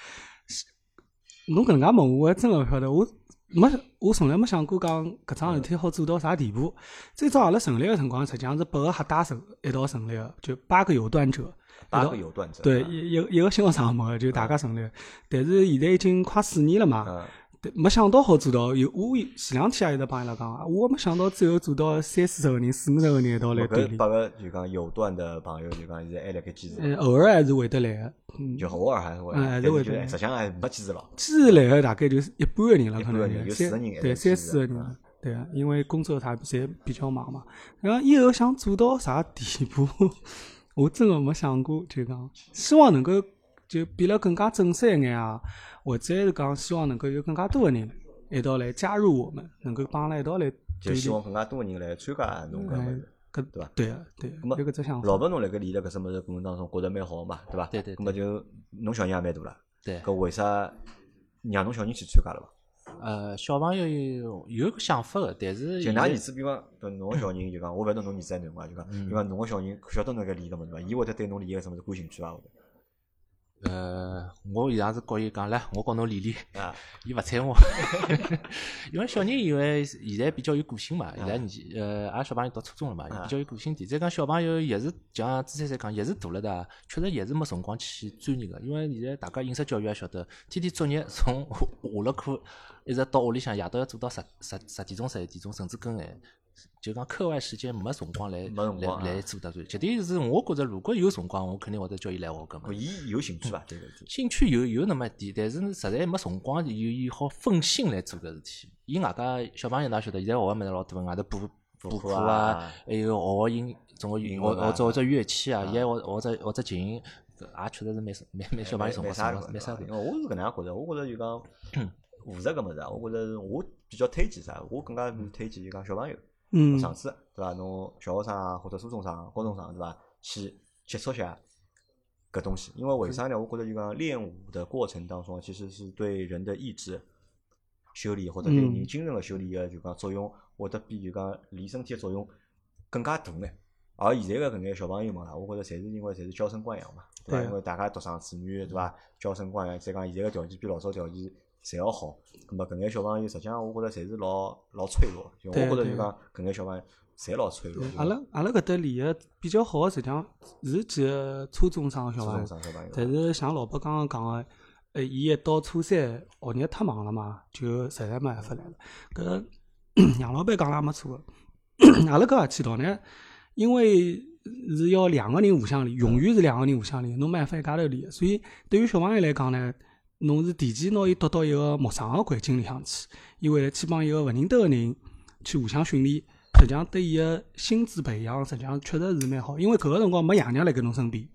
S2: 侬搿能介问我，我还真个勿晓得。我没，我从来没想过讲搿桩事体好做到啥地步。最早阿拉成立个辰光，实际上是八个黑带成一道成立个，就八个有段者。
S1: 八
S2: 一道
S1: 个有段子，
S2: 对，
S1: 啊
S2: 一一个一个新学生嘛，就大家成立的。但是现在已经快四年了嘛，
S1: 嗯，
S2: 对没想到好做到。有我有前两天也一直帮伊拉讲啊，我没想到最后做到三四十个人、四五十个人一道来
S1: 我
S2: 对
S1: 搿
S2: 立。
S1: 八个就讲有段的朋友，就讲现在还辣盖坚持，
S2: 嗯，偶尔还是会得来的。嗯，
S1: 就偶尔还是会，
S2: 嗯还
S1: 但
S2: 是
S1: 是
S2: 会
S1: 就哎
S2: 的
S1: 实际上还没坚持牢。
S2: 坚持来个大概就是一半个人了，
S1: 一半
S2: 可
S1: 个
S2: 能
S1: 人有
S2: 三
S1: 40个人还在
S2: 对三
S1: 坚持
S2: 四个人
S1: 啊
S2: 了。对啊，因为工作啥侪比较忙嘛。然后以后想做到啥地步， 我真的没想过，就讲希望能够就变得更加正式一眼啊，或者是讲希望能够有更加多的人一道来加入我们，能够帮阿拉一道来
S1: 就
S2: 对
S1: 希
S2: 立。
S1: 望更加多人来参加侬搿物
S2: 哎
S1: 事。，
S2: 搿
S1: 对吧
S2: 对啊，对啊，
S1: 那么
S2: 有搿只想
S1: 老
S2: 法。
S1: 婆侬辣盖练了搿只物事过程当中，觉得蛮好嘛，对伐？
S3: 对对对
S1: 咁么就侬小人也蛮大了，
S3: 对，
S1: 搿为啥让侬小人去参加了伐？
S3: 呃，小朋友有有个想法个，但是
S1: 就
S3: 现
S1: 㑚
S3: 在
S1: 儿子，比方对侬个小人，就讲我勿晓得侬儿子还囡个，就讲，比方侬个小人晓得侬搿练搿物事伐？伊会得对侬练搿只物事感兴趣伐？啊会得
S3: 呃，我现在是告伊讲，来，我告侬练练，
S1: 啊，
S3: 伊 勿睬我，因为小人因为现在比较有个性嘛，现在年纪呃，阿拉小朋友读初中了嘛，
S1: 啊
S3: 比较有个性点。再讲小朋友也是像朱三三讲，也是大了的，确实也是没辰光去钻研个，因为现在大家应试教育也晓得，天天作业从下了课一直到屋里向，夜到要做到十十十点钟、十一点钟，甚至更晚。就讲课外时间没辰光来
S1: 没辰光啊
S3: 来来做得对，这点是我觉着，如果有辰光，我肯定会得叫伊来学个嘛
S1: 搿。伊有兴趣伐？对搿事体。
S3: 兴趣有有那么点，但是呢，实在没辰光，有伊好分心来做搿事体。伊外加小朋友哪晓得，现在学个物事老多，外头补补
S1: 谱
S3: 课
S1: 啊
S3: 啊，还有学音，总归
S1: 音
S3: 学
S1: 乐啊
S3: 学只学只乐器啊，伊还学学只学只琴，搿也确实是蛮蛮蛮小朋友辰
S1: 没
S3: 光
S1: 啥
S3: 啥
S1: 个，
S3: 没啥
S1: 因
S3: 个。
S1: 为我是搿能样觉着，我觉着就 讲务实搿物事啊，我觉着我比较推荐啥，我更加推荐就讲小朋友、
S2: 嗯，
S1: 上次对伐？侬小学生啊，或者初中生、高中生对伐？去接触下搿东西，因为为啥呢？我觉着就讲练武的过程当中，其实是对人的意志修炼或者对
S2: 嗯
S1: 人精神的修炼个就讲作用，会得比就讲练身体的作用更加大呢。而现在个搿眼小朋友们啊，我觉着侪是因为侪是娇生惯养嘛，对伐？
S2: 对啊
S1: 因为大家独生子女，对伐？娇生惯养，再讲现在个条件比老早条件侪要好，葛末搿眼小朋友实际上我觉着侪是老老脆弱，就我
S2: 对啊
S1: 觉着
S2: 对
S1: 就
S2: 啊
S1: 讲搿眼小朋友侪老脆弱。就
S2: 阿
S1: 讲
S2: 拉阿拉搿搭练个比较好个，实际上是几个初中生个小
S1: 初
S2: 朋
S1: 中生
S2: 友。
S1: 小朋友，啊
S2: 但是像老伯刚刚讲个，呃，伊一到初三学业太忙了嘛，就实在没办法来了。搿 杨老板讲了也没错个，阿拉搿去道呢，因为是要两个人互相练，永远是两个人互相练，侬没办法一家头练。所以对于小朋友来讲呢，侬是提前拿伊丢到一个陌生个环境里向去，伊会得去帮一个勿认得个人去互相训练。实际上对伊个心智培养，实际上确实是蛮好，因为搿个辰光没爷娘辣盖侬身边，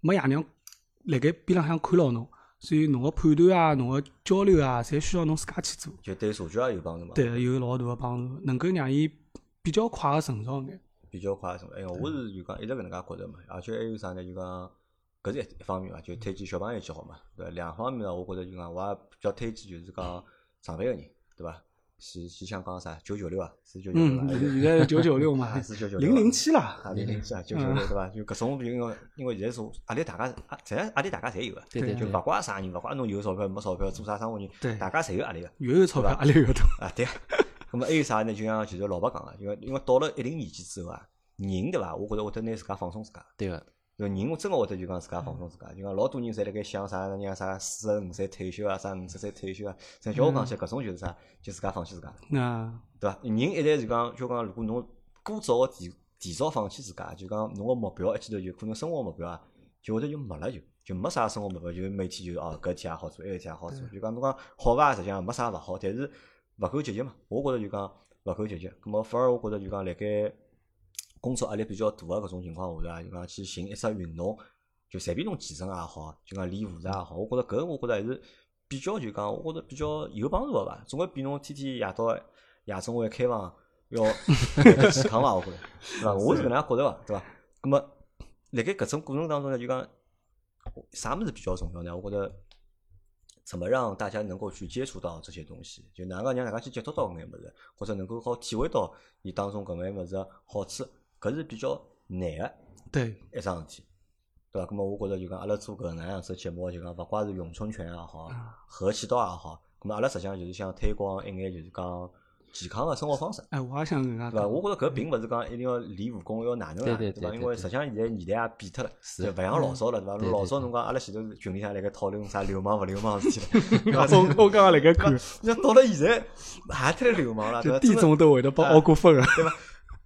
S2: 没爷娘辣盖边浪向看牢侬，所以侬个判断啊、侬个交流啊，侪需要侬自家去做。
S1: 就对社交也有帮助嘛。
S2: 对，有老大个帮助，能够让伊比较快个成熟眼。
S1: 比较快什么？哎呀，我是就讲一直搿能介觉着嘛，而且还有啥呢？就讲搿是一一方面嘛，就推荐小朋友去好嘛，对伐？两方面呢，我觉着就讲我也比较推荐就是讲上班个人，对伐？去去想讲啥九九六啊，是九九六
S2: 嗯，现在九九六嘛
S1: 还， 是九九六
S2: 零零七嗯啦。
S1: 啊，零零七啊，九九六对伐？就搿种因为因为现在是压力大家啊，侪压力大家侪有个，
S3: 对对
S1: 就
S3: 对
S1: 勿怪啥人，勿怪侬有钞票没钞票，做啥生活人，
S2: 对
S1: 大家侪有压力个。
S2: 越有 钞票压力越大。
S1: 啊，对啊。咁么还有啥呢？就像其实老白讲个，因为因为到了一定年纪之后啊，人对伐？我觉着会得拿自家放松自家。
S3: 对个，
S1: 就人我真个会得就讲自家放松自家，就讲老多人侪辣盖想啥人家啥四十五岁退休啊，啥五十岁退休啊，像叫我讲起来搿种就是啥，就自家放弃自家，
S2: 那
S1: 对伐？人一旦就讲，就讲如果侬过早个提提早放弃自家，就讲侬个目标一记头就可能生活目标啊，就会得就没了就。就没啥生活目标，就每天就哦，搿天也好做，埃天也好做。就讲侬讲好伐？实际上没啥勿好，但是勿够积极嘛。我觉着就讲勿够积极，葛么反而我觉着就讲辣盖工作压力比较大个搿种情况下头啊，就讲去寻一只运动，就随便侬健身也好，就讲练武术也好，我觉着搿我觉着还是比较就讲，我觉着比较有帮助个吧。总归比侬天天夜到夜总会开房要健康伐？我觉着，对伐？我是搿能样觉着伐，对伐？葛么辣盖搿种过程当中呢，就讲啥物事比较重要呢？我觉着。怎么让大家能够去接触到这些东西？就哪个让大家去接触到搿眼物事，或者能够好体会到伊当中搿眼物事个好处，搿是比较难个
S2: 对，
S1: 一桩事体，对伐？咁么我觉着就讲阿拉做搿能样子节目，就讲勿怪是咏春拳也好，
S3: 啊
S1: 合气道也好，咁么阿拉实际上就是想推广一眼就是讲健康个生活方式。
S2: 哎，我也想搿能介
S1: 对伐？
S2: 讲，，
S1: 我觉着搿并勿是讲一定要练武功要哪能
S3: 对
S1: 哪能，
S3: 对
S1: 对伐？
S3: 对
S1: 因为实
S3: 对
S1: 际上现在年代也变脱了，
S3: 是嗯
S1: 就勿像老早了，对伐？
S3: 对对
S1: 老早
S3: 对
S1: 侬讲阿拉前头群里向辣盖讨论啥流氓勿流氓的事 体了
S2: 我 我刚刚辣盖
S1: 对
S2: 看
S1: 吧，那到了现在还太流氓了，对
S2: 就
S1: 吧？哎
S2: 地
S1: 真的
S2: 总都会得被凹过分啊。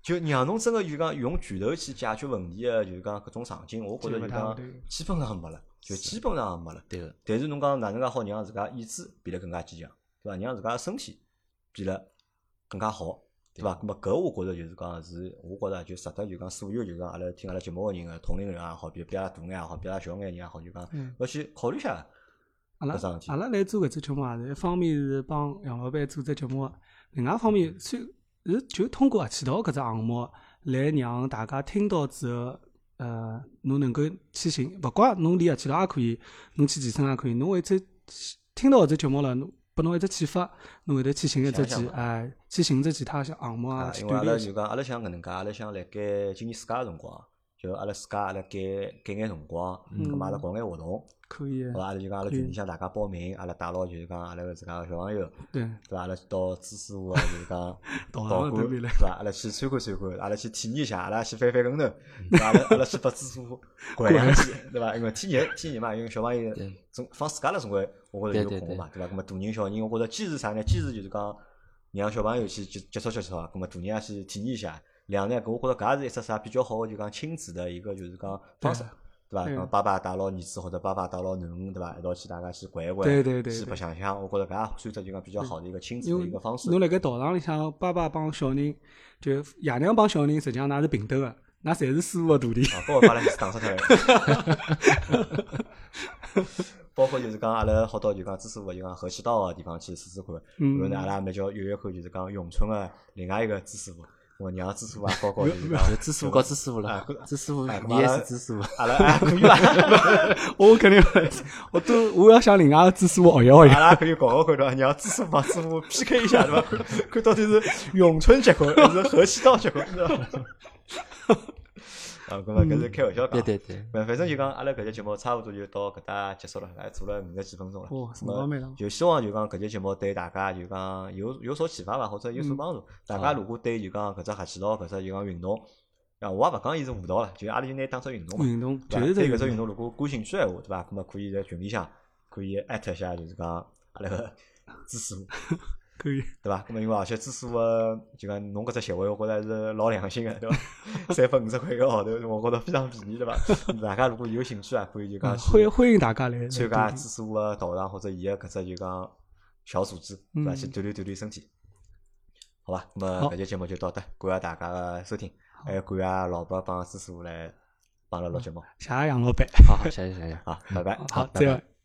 S1: 就让侬真个就讲用拳头去解决问题个，就是讲搿种场景，我觉着就讲
S2: 这个勿大对
S1: 基本上没了，就基本上没了。
S3: 对个，
S1: 但是侬讲哪能介好让自家意志变得更加坚强，对伐？让自家个身体变得更加好，对伐？那么搿我觉着就是讲是，我觉着就值得就讲所有就讲阿拉听阿拉节目个人个同龄人也好，比比阿拉大眼也好，比阿拉小眼人也好，就讲
S2: 嗯
S1: 要去考虑一下
S2: 阿拉
S1: 搿桩事体
S2: 阿。拉来做搿只节目啊，是一方面是帮杨老板做只节目啊，另外一方
S1: 嗯
S2: 面虽是就通过合气道搿只项目来让大家听到之后，呃，侬能够去寻，勿怪侬练合气道也可以，侬去健身也可以，侬会只听到搿只节目了，侬拨侬一只启发，侬会得去寻一只
S1: 想想
S2: 其
S1: 嘛
S2: 哎，去寻只其他项项目啊，
S1: 啊，
S2: 去
S1: 因为
S2: 锻
S1: 阿拉
S2: 炼一下
S1: 就。讲，阿拉想搿能介，阿拉想辣盖今年暑假个辰光，就阿拉暑假阿拉改改眼辰光，
S2: 嗯
S1: 咁啊嘛阿拉搞眼活动，
S2: 可以，啊
S1: 好伐？阿拉就讲阿拉群里向大家报名，阿拉带牢就是讲阿拉个自家个小朋友，
S2: 对，
S1: 对伐？阿拉到知识户啊，就是讲
S2: 到
S1: 道
S2: 上
S1: 馆，
S2: 头面
S1: 对
S2: 来
S1: 伐？阿拉去参观参观，阿拉去体验一下，阿拉去翻翻跟头，对伐？阿拉阿拉去拨 知识户掼两记，对伐？因为天热天热嘛，因为小朋友
S3: 对
S1: 总放暑假了，总归我觉着
S3: 对
S1: 有
S3: 对
S1: 空嘛，对伐？咁么大人小人，我觉着坚持啥呢？坚持就是讲让小朋友去接接触接触，啊咁么大人也去体验一下。两呢，搿我觉着搿也是一只啥比较好个，就讲亲子的一个就是讲方式
S2: 对，
S1: 对伐？
S2: 对
S1: 讲爸爸带牢儿子或者爸爸带牢囡恩，对伐？一道去大家去掼一掼，
S2: 对对对
S1: 去
S2: 对
S1: 白相相，我觉着搿也算得就讲比较好的一个亲子
S2: 因
S1: 的
S2: 为
S1: 一个方式。
S2: 侬辣盖道场里向，爸爸帮小人，就爷娘帮小人，实际上㑚是平等个，㑚侪是师傅个徒弟。
S1: 啊，包括把拉打出来，包括就是讲阿拉好到就讲知识傅就讲合气道个啊地方去试试看，
S3: 嗯
S1: 然后呢阿拉咪叫约约看就是讲咏春个另外一个知识傅，我娘知识傅也包括就是讲
S3: 就知师傅搞知师傅了，知师傅
S1: 哎
S3: 你也是知 师傅，
S1: 阿拉阿拉可以伐？
S2: 我肯定会，我都我要向另外个知识我学习学习。
S1: 阿拉可以搞搞看对伐？让知识帮知识傅 PK 一下对伐？ 看看到底是咏春结棍还是合气道结棍对伐？ 啊，搿么搿是开玩笑讲
S3: 嗯对。对对，
S1: 反反正就讲，阿拉搿节节目差勿多就到搿搭结束了，还做了五十几分钟了。
S3: 哦
S1: 那
S2: 哇
S1: 么
S2: 辰光蛮长
S1: 就希望就讲搿节节目对大家就讲有有所启发伐，或者有所帮助。大家如果对就讲搿只合气道搿只就讲运动，啊，我也勿讲伊是舞蹈了，就阿拉就拿它当做运动嘛。
S2: 运动
S1: 嗯对伐
S2: 就是
S1: 对
S2: 个
S1: 搿只运动如果感兴趣个闲话，对伐？那么可以在群里向可以艾特一下，就是讲阿拉个支持我。
S2: 可以。
S1: 对伐？咁么因为而且支付个就讲侬搿只协会，我觉着是老良心个，对伐？ 三百五十块一个号头，我觉着非常便宜，对伐？大家如果有兴趣啊，可以就
S2: 啊
S1: 讲
S2: 欢
S1: 去
S2: 迎欢迎大家来来
S1: 参
S2: 锻
S1: 加啊
S2: 炼
S1: 支付个道场或者伊个搿只就讲小组织，对伐？
S2: 嗯
S1: 去锻炼锻炼身体，好伐？咁么
S2: 好
S1: 搿节节目就到这，感谢大家个收听，还有感谢老白帮支付来帮阿拉录节目，啊
S2: 谢谢杨老板。
S3: 好好，谢谢谢谢。
S1: 好，拜拜，
S2: 好，
S1: 拜
S2: 再
S1: 拜
S2: 会。。